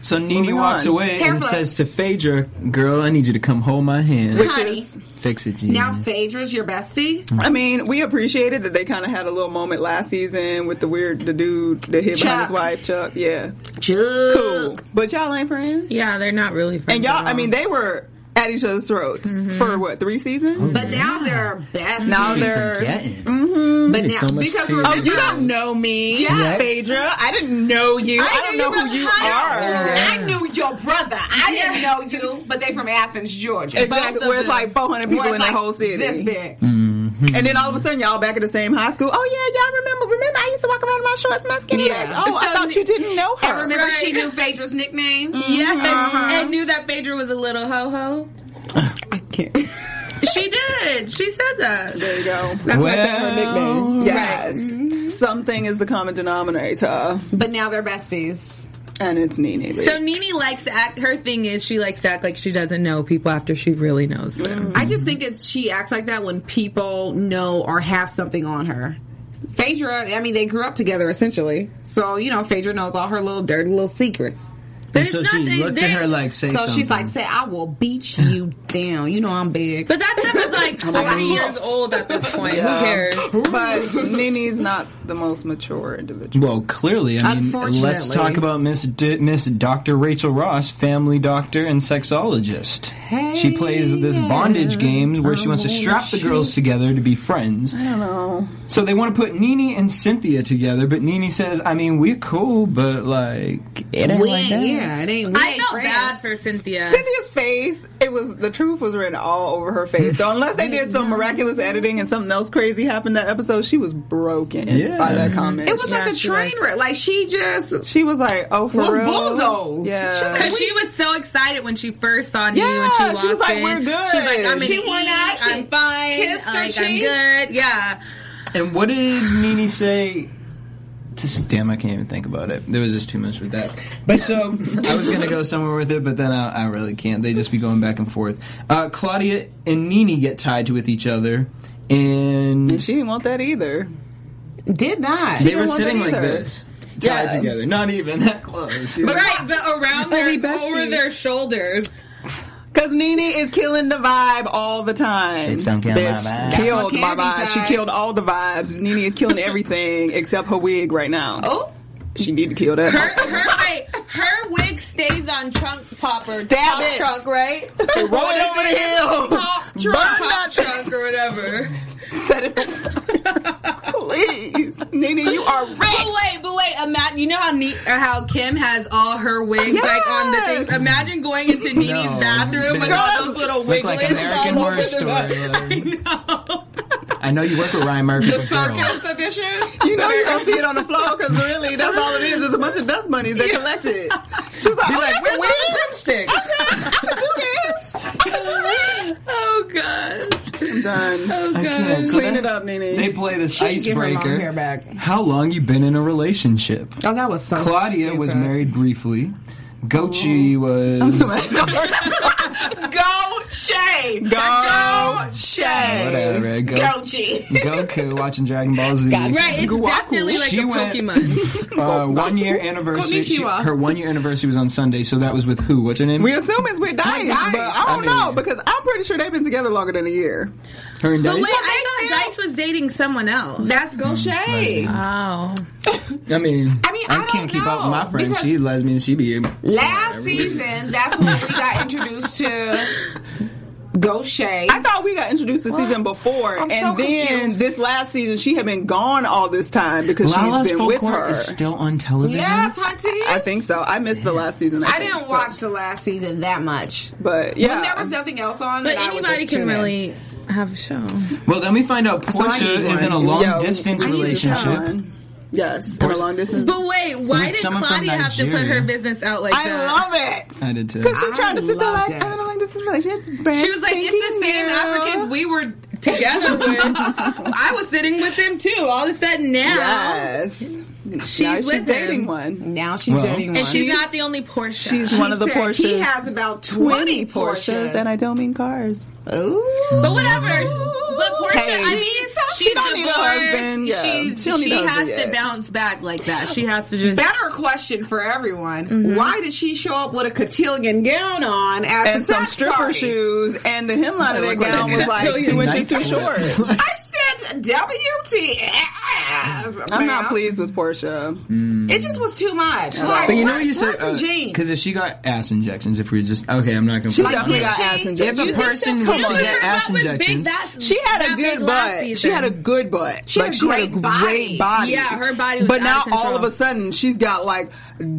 [SPEAKER 5] So Nene
[SPEAKER 7] Moving
[SPEAKER 5] walks
[SPEAKER 7] on.
[SPEAKER 5] away
[SPEAKER 7] Hair
[SPEAKER 5] and
[SPEAKER 7] flip.
[SPEAKER 5] says to Phaedra, "Girl, I need you to come hold my hand,
[SPEAKER 7] Honey.
[SPEAKER 5] fix it, Gene."
[SPEAKER 7] Now
[SPEAKER 6] Mm.
[SPEAKER 7] Phaedra's your bestie.
[SPEAKER 6] I mean, we appreciated that they kind of had a little moment last season with the weird, the dude that hit behind his
[SPEAKER 7] Chuck.
[SPEAKER 6] wife, Chuck. Yeah,
[SPEAKER 7] Chuck.
[SPEAKER 6] Cool, but y'all ain't friends.
[SPEAKER 8] Yeah, they're not really.
[SPEAKER 6] And y'all, I mean, they were at each other's throats for what three seasons?
[SPEAKER 7] But now they're besties.
[SPEAKER 6] Now they're.
[SPEAKER 7] Mm,
[SPEAKER 6] Mhm.
[SPEAKER 7] But now, because we're
[SPEAKER 6] oh, you don't know me,
[SPEAKER 7] Yes.
[SPEAKER 6] Phaedra. I didn't know you. I, don't know who you are.
[SPEAKER 7] I knew your brother. I didn't know you, but they from Athens, Georgia.
[SPEAKER 6] Exactly,
[SPEAKER 7] Both of
[SPEAKER 6] where it's
[SPEAKER 7] us.
[SPEAKER 6] like 400 people
[SPEAKER 7] Where
[SPEAKER 6] in
[SPEAKER 7] it's
[SPEAKER 6] the
[SPEAKER 7] like
[SPEAKER 6] whole city. Mm.
[SPEAKER 7] This big.
[SPEAKER 6] And then all of a sudden, y'all back at the same high school. Oh yeah, y'all remember? Remember, I used to walk around in my shorts, my skinny legs. Oh, I
[SPEAKER 7] So
[SPEAKER 6] thought you didn't know her.
[SPEAKER 7] And remember, she knew Phaedra's nickname.
[SPEAKER 8] Yeah,
[SPEAKER 6] Mm.
[SPEAKER 8] and,
[SPEAKER 7] Uh-huh.
[SPEAKER 8] and knew that Phaedra was a little ho ho. I can't. *laughs* she did. She said that.
[SPEAKER 6] There you go. That's why I said her nickname. Yes.
[SPEAKER 7] Mm-hmm.
[SPEAKER 6] Something is the common denominator.
[SPEAKER 7] But now they're besties.
[SPEAKER 6] And it's Nene.
[SPEAKER 8] So Nene likes to act. Her thing is she likes to act like she doesn't know people after she really knows
[SPEAKER 6] Mm.
[SPEAKER 8] them.
[SPEAKER 7] I just think it's she acts like that when people know or have something on her. Phaedra, I mean, they grew up together essentially, so you know Phaedra knows all her little dirty little secrets.
[SPEAKER 5] And so she looked at her like, "Say
[SPEAKER 7] so she's
[SPEAKER 5] something."
[SPEAKER 7] like, "Say I will beat you down." You know I'm big,
[SPEAKER 8] but that stuff is like
[SPEAKER 6] *laughs*
[SPEAKER 8] forty years old at this point. Who cares?
[SPEAKER 6] But Nene's not the most mature individual.
[SPEAKER 5] Well, clearly, I mean, let's
[SPEAKER 6] Unfortunately.
[SPEAKER 5] talk about Miss D- Miss Doctor Rachel Ross, family doctor and sexologist. she plays this bondage game where she wants
[SPEAKER 7] Oh,
[SPEAKER 5] to strap the girls together to be friends.
[SPEAKER 6] I don't know.
[SPEAKER 5] So they want to put Nene and Cynthia together, but Nene says, "I mean, we're cool, but like it ain't
[SPEAKER 7] We
[SPEAKER 5] like that."
[SPEAKER 7] ain't- yeah, it ain't. We
[SPEAKER 8] I
[SPEAKER 7] ain't
[SPEAKER 8] felt
[SPEAKER 7] friends.
[SPEAKER 8] bad for Cynthia.
[SPEAKER 6] Cynthia's face, it was the truth was written all over her face. So unless they did some miraculous editing and something else crazy happened that episode, she was broken
[SPEAKER 5] Yeah.
[SPEAKER 6] by that comment.
[SPEAKER 7] It was like a train wreck. Like she just
[SPEAKER 6] She was like, oh, for
[SPEAKER 7] was
[SPEAKER 6] real?
[SPEAKER 7] bulldozed.
[SPEAKER 6] Yeah.
[SPEAKER 8] Because she was so excited when she first saw Nene
[SPEAKER 6] Yeah,
[SPEAKER 8] when she walked
[SPEAKER 6] she was like,
[SPEAKER 8] in.
[SPEAKER 6] "We're good."
[SPEAKER 8] She's like, I'm in
[SPEAKER 6] She
[SPEAKER 8] the
[SPEAKER 6] went
[SPEAKER 8] E,
[SPEAKER 6] out, she
[SPEAKER 8] I'm fine.
[SPEAKER 6] kissed her
[SPEAKER 8] like,
[SPEAKER 6] cheek.
[SPEAKER 8] I'm good. Yeah.
[SPEAKER 5] And what did Nene say? Just, damn, I can't even think about it. There was just too much with that. But so I was gonna go somewhere with it, but then I, I really can't. They just be going back and forth. Uh, Claudia and Nene get tied to with each other, and,
[SPEAKER 6] She didn't want that either.
[SPEAKER 7] did
[SPEAKER 5] *laughs*
[SPEAKER 7] not.
[SPEAKER 5] they were sitting like this, tied together, not even that close. you know?
[SPEAKER 8] But right, but around their over their shoulders.
[SPEAKER 6] Because Nene is killing the vibe all the time.
[SPEAKER 5] Bitch, don't kill my
[SPEAKER 6] Bitch
[SPEAKER 5] vibe.
[SPEAKER 6] Killed
[SPEAKER 7] That's
[SPEAKER 6] my
[SPEAKER 7] what
[SPEAKER 6] vibe.
[SPEAKER 7] Candy
[SPEAKER 6] She
[SPEAKER 7] said.
[SPEAKER 6] killed all the vibes. Nene is killing everything *laughs* except her wig right now.
[SPEAKER 7] Oh.
[SPEAKER 6] She need to kill that.
[SPEAKER 8] Her, her, wait, her wig stays on on trunk popper.
[SPEAKER 7] Stab
[SPEAKER 8] pop
[SPEAKER 7] it.
[SPEAKER 8] trunk, right?
[SPEAKER 7] Throw it over the hill.
[SPEAKER 6] *laughs*
[SPEAKER 8] Pop
[SPEAKER 7] Burn
[SPEAKER 8] trunk,
[SPEAKER 7] that
[SPEAKER 8] pop trunk or whatever.
[SPEAKER 6] Please, Nene, you are
[SPEAKER 8] But wait, but wait, imagine you know how neat or how Kim has all her wigs like on the things. Imagine going into Nene's
[SPEAKER 5] No.
[SPEAKER 8] bathroom with all those little
[SPEAKER 5] Look
[SPEAKER 8] wig
[SPEAKER 5] like
[SPEAKER 8] lists
[SPEAKER 5] American
[SPEAKER 8] all over
[SPEAKER 5] Horror
[SPEAKER 8] the
[SPEAKER 5] Story.
[SPEAKER 6] *laughs*
[SPEAKER 5] I know you work with Ryan Murphy. but girl.
[SPEAKER 6] You know you're gonna see it on the floor because really, that's all it is. It's a bunch of dust money they collected. She was like,
[SPEAKER 5] Be
[SPEAKER 6] oh,
[SPEAKER 5] like,
[SPEAKER 6] that's
[SPEAKER 5] where's the
[SPEAKER 6] a wig?
[SPEAKER 5] broomstick?
[SPEAKER 8] Oh god.
[SPEAKER 6] I'm done.
[SPEAKER 8] Oh
[SPEAKER 5] I can't.
[SPEAKER 8] god.
[SPEAKER 5] So
[SPEAKER 6] Clean
[SPEAKER 5] that-
[SPEAKER 6] it up, Nene.
[SPEAKER 5] They play this
[SPEAKER 6] She should give her mom
[SPEAKER 5] icebreaker.
[SPEAKER 6] hair back.
[SPEAKER 5] How long you been in a relationship?
[SPEAKER 10] Oh, that was so
[SPEAKER 5] Claudia
[SPEAKER 10] stupid.
[SPEAKER 5] was married briefly. Gochi was.
[SPEAKER 7] Go Shay.
[SPEAKER 5] Go
[SPEAKER 7] Go Shay.
[SPEAKER 5] Whatever. Go,
[SPEAKER 7] Gochi.
[SPEAKER 5] Goku watching Dragon Ball Z.
[SPEAKER 8] Right, it's definitely *laughs* like
[SPEAKER 5] She
[SPEAKER 8] a
[SPEAKER 5] went-
[SPEAKER 8] Pokemon.
[SPEAKER 5] Uh, one year anniversary. she-
[SPEAKER 6] Konnichiwa.
[SPEAKER 5] her one year anniversary was on Sunday, so that was with who? What's her name?
[SPEAKER 6] We assume it's with Dice,
[SPEAKER 5] Dice.
[SPEAKER 6] but I don't
[SPEAKER 5] I mean-
[SPEAKER 6] know because I'm pretty sure they've been together longer than a year.
[SPEAKER 5] her and
[SPEAKER 8] But wait,
[SPEAKER 5] Dice.
[SPEAKER 8] I thought Dice was dating someone else.
[SPEAKER 7] That's Go Shay.
[SPEAKER 5] Mm,
[SPEAKER 8] Oh.
[SPEAKER 5] I mean,
[SPEAKER 7] I mean, I don't
[SPEAKER 5] can't keep up
[SPEAKER 7] know,
[SPEAKER 5] with my friend.
[SPEAKER 7] because-
[SPEAKER 5] She lesbian. She be
[SPEAKER 7] Last season, that's when we got introduced to Go Shay.
[SPEAKER 6] I thought we got introduced the season before,
[SPEAKER 7] I'm
[SPEAKER 6] and
[SPEAKER 7] so
[SPEAKER 6] then
[SPEAKER 7] confused.
[SPEAKER 6] this last season she had been gone all this time because
[SPEAKER 5] Lala's
[SPEAKER 6] she's been
[SPEAKER 5] full
[SPEAKER 6] with
[SPEAKER 5] court
[SPEAKER 6] her.
[SPEAKER 5] is still on television.
[SPEAKER 7] Yes, hunty.
[SPEAKER 6] I think so. I missed the last season. I,
[SPEAKER 7] I
[SPEAKER 6] think,
[SPEAKER 7] didn't watch the last season that much.
[SPEAKER 6] but yeah,
[SPEAKER 7] When there was nothing else on,
[SPEAKER 8] But
[SPEAKER 7] then I would
[SPEAKER 8] anybody
[SPEAKER 7] just
[SPEAKER 8] can
[SPEAKER 7] tune in.
[SPEAKER 8] really have a show.
[SPEAKER 5] Well, then we find out
[SPEAKER 7] So I need
[SPEAKER 5] Portia is
[SPEAKER 7] one.
[SPEAKER 5] in a long
[SPEAKER 6] Yo,
[SPEAKER 5] distance
[SPEAKER 6] I need to tell
[SPEAKER 5] relationship.
[SPEAKER 6] him. Yes, in a long distance.
[SPEAKER 8] But wait, why
[SPEAKER 5] With
[SPEAKER 8] did
[SPEAKER 5] someone from
[SPEAKER 8] Claudia have to put
[SPEAKER 5] Nigeria.
[SPEAKER 8] her business out like
[SPEAKER 6] I
[SPEAKER 8] that?
[SPEAKER 6] love it.
[SPEAKER 5] I did too.
[SPEAKER 6] Because she's trying to sit there
[SPEAKER 7] love
[SPEAKER 6] like,
[SPEAKER 7] it.
[SPEAKER 6] I'm in a long distance
[SPEAKER 8] She was like, it's the same Africans we were *laughs* together with. I was sitting with them too. All of a sudden now,
[SPEAKER 6] Yes. Now
[SPEAKER 8] with him.
[SPEAKER 6] she's dating one.
[SPEAKER 10] Now she's
[SPEAKER 5] Well.
[SPEAKER 10] dating
[SPEAKER 5] And
[SPEAKER 10] one.
[SPEAKER 8] and she's not the only Portia.
[SPEAKER 6] She's one of the
[SPEAKER 7] said
[SPEAKER 6] Porsches.
[SPEAKER 7] He has about 20 Porsches.
[SPEAKER 6] and I don't mean cars.
[SPEAKER 8] but whatever. But Portia, I
[SPEAKER 6] Hey.
[SPEAKER 8] mean,
[SPEAKER 6] She
[SPEAKER 8] she's
[SPEAKER 6] don't need a
[SPEAKER 8] divorced.
[SPEAKER 6] husband. Yeah.
[SPEAKER 8] She's,
[SPEAKER 6] She don't
[SPEAKER 8] she
[SPEAKER 6] need a
[SPEAKER 8] has
[SPEAKER 6] husband
[SPEAKER 8] to
[SPEAKER 6] yet.
[SPEAKER 8] bounce back like that. She has to just.
[SPEAKER 7] Better question for everyone. Why did she show up with a cotillion gown on at
[SPEAKER 6] And
[SPEAKER 7] the
[SPEAKER 6] some
[SPEAKER 7] sex
[SPEAKER 6] stripper
[SPEAKER 7] party?
[SPEAKER 6] shoes, and the hemline of that gown was like two inches too
[SPEAKER 5] *laughs*
[SPEAKER 6] short.
[SPEAKER 7] I said WTF.
[SPEAKER 6] I'm
[SPEAKER 7] ma'am.
[SPEAKER 6] not pleased with Portia.
[SPEAKER 7] It just was too much. Like,
[SPEAKER 5] But you know what you said? uh,
[SPEAKER 7] Some jeans.
[SPEAKER 5] Because if she got ass injections, if we just okay, I'm not gonna.
[SPEAKER 6] She
[SPEAKER 5] I'm
[SPEAKER 6] definitely
[SPEAKER 5] not-
[SPEAKER 6] got ass
[SPEAKER 7] she-
[SPEAKER 5] if
[SPEAKER 6] injections.
[SPEAKER 5] a person was to
[SPEAKER 8] Her
[SPEAKER 5] get ass
[SPEAKER 8] butt was big
[SPEAKER 5] injections,
[SPEAKER 8] that-
[SPEAKER 6] She had a
[SPEAKER 8] that big
[SPEAKER 6] good
[SPEAKER 8] last
[SPEAKER 6] butt. She
[SPEAKER 8] season.
[SPEAKER 6] had a good butt.
[SPEAKER 7] She had
[SPEAKER 6] Like,
[SPEAKER 7] a
[SPEAKER 6] she had a
[SPEAKER 7] great body.
[SPEAKER 6] great body.
[SPEAKER 8] Yeah, her body was
[SPEAKER 6] But
[SPEAKER 8] out
[SPEAKER 6] now
[SPEAKER 8] of
[SPEAKER 6] all of
[SPEAKER 8] control.
[SPEAKER 6] a sudden she's got like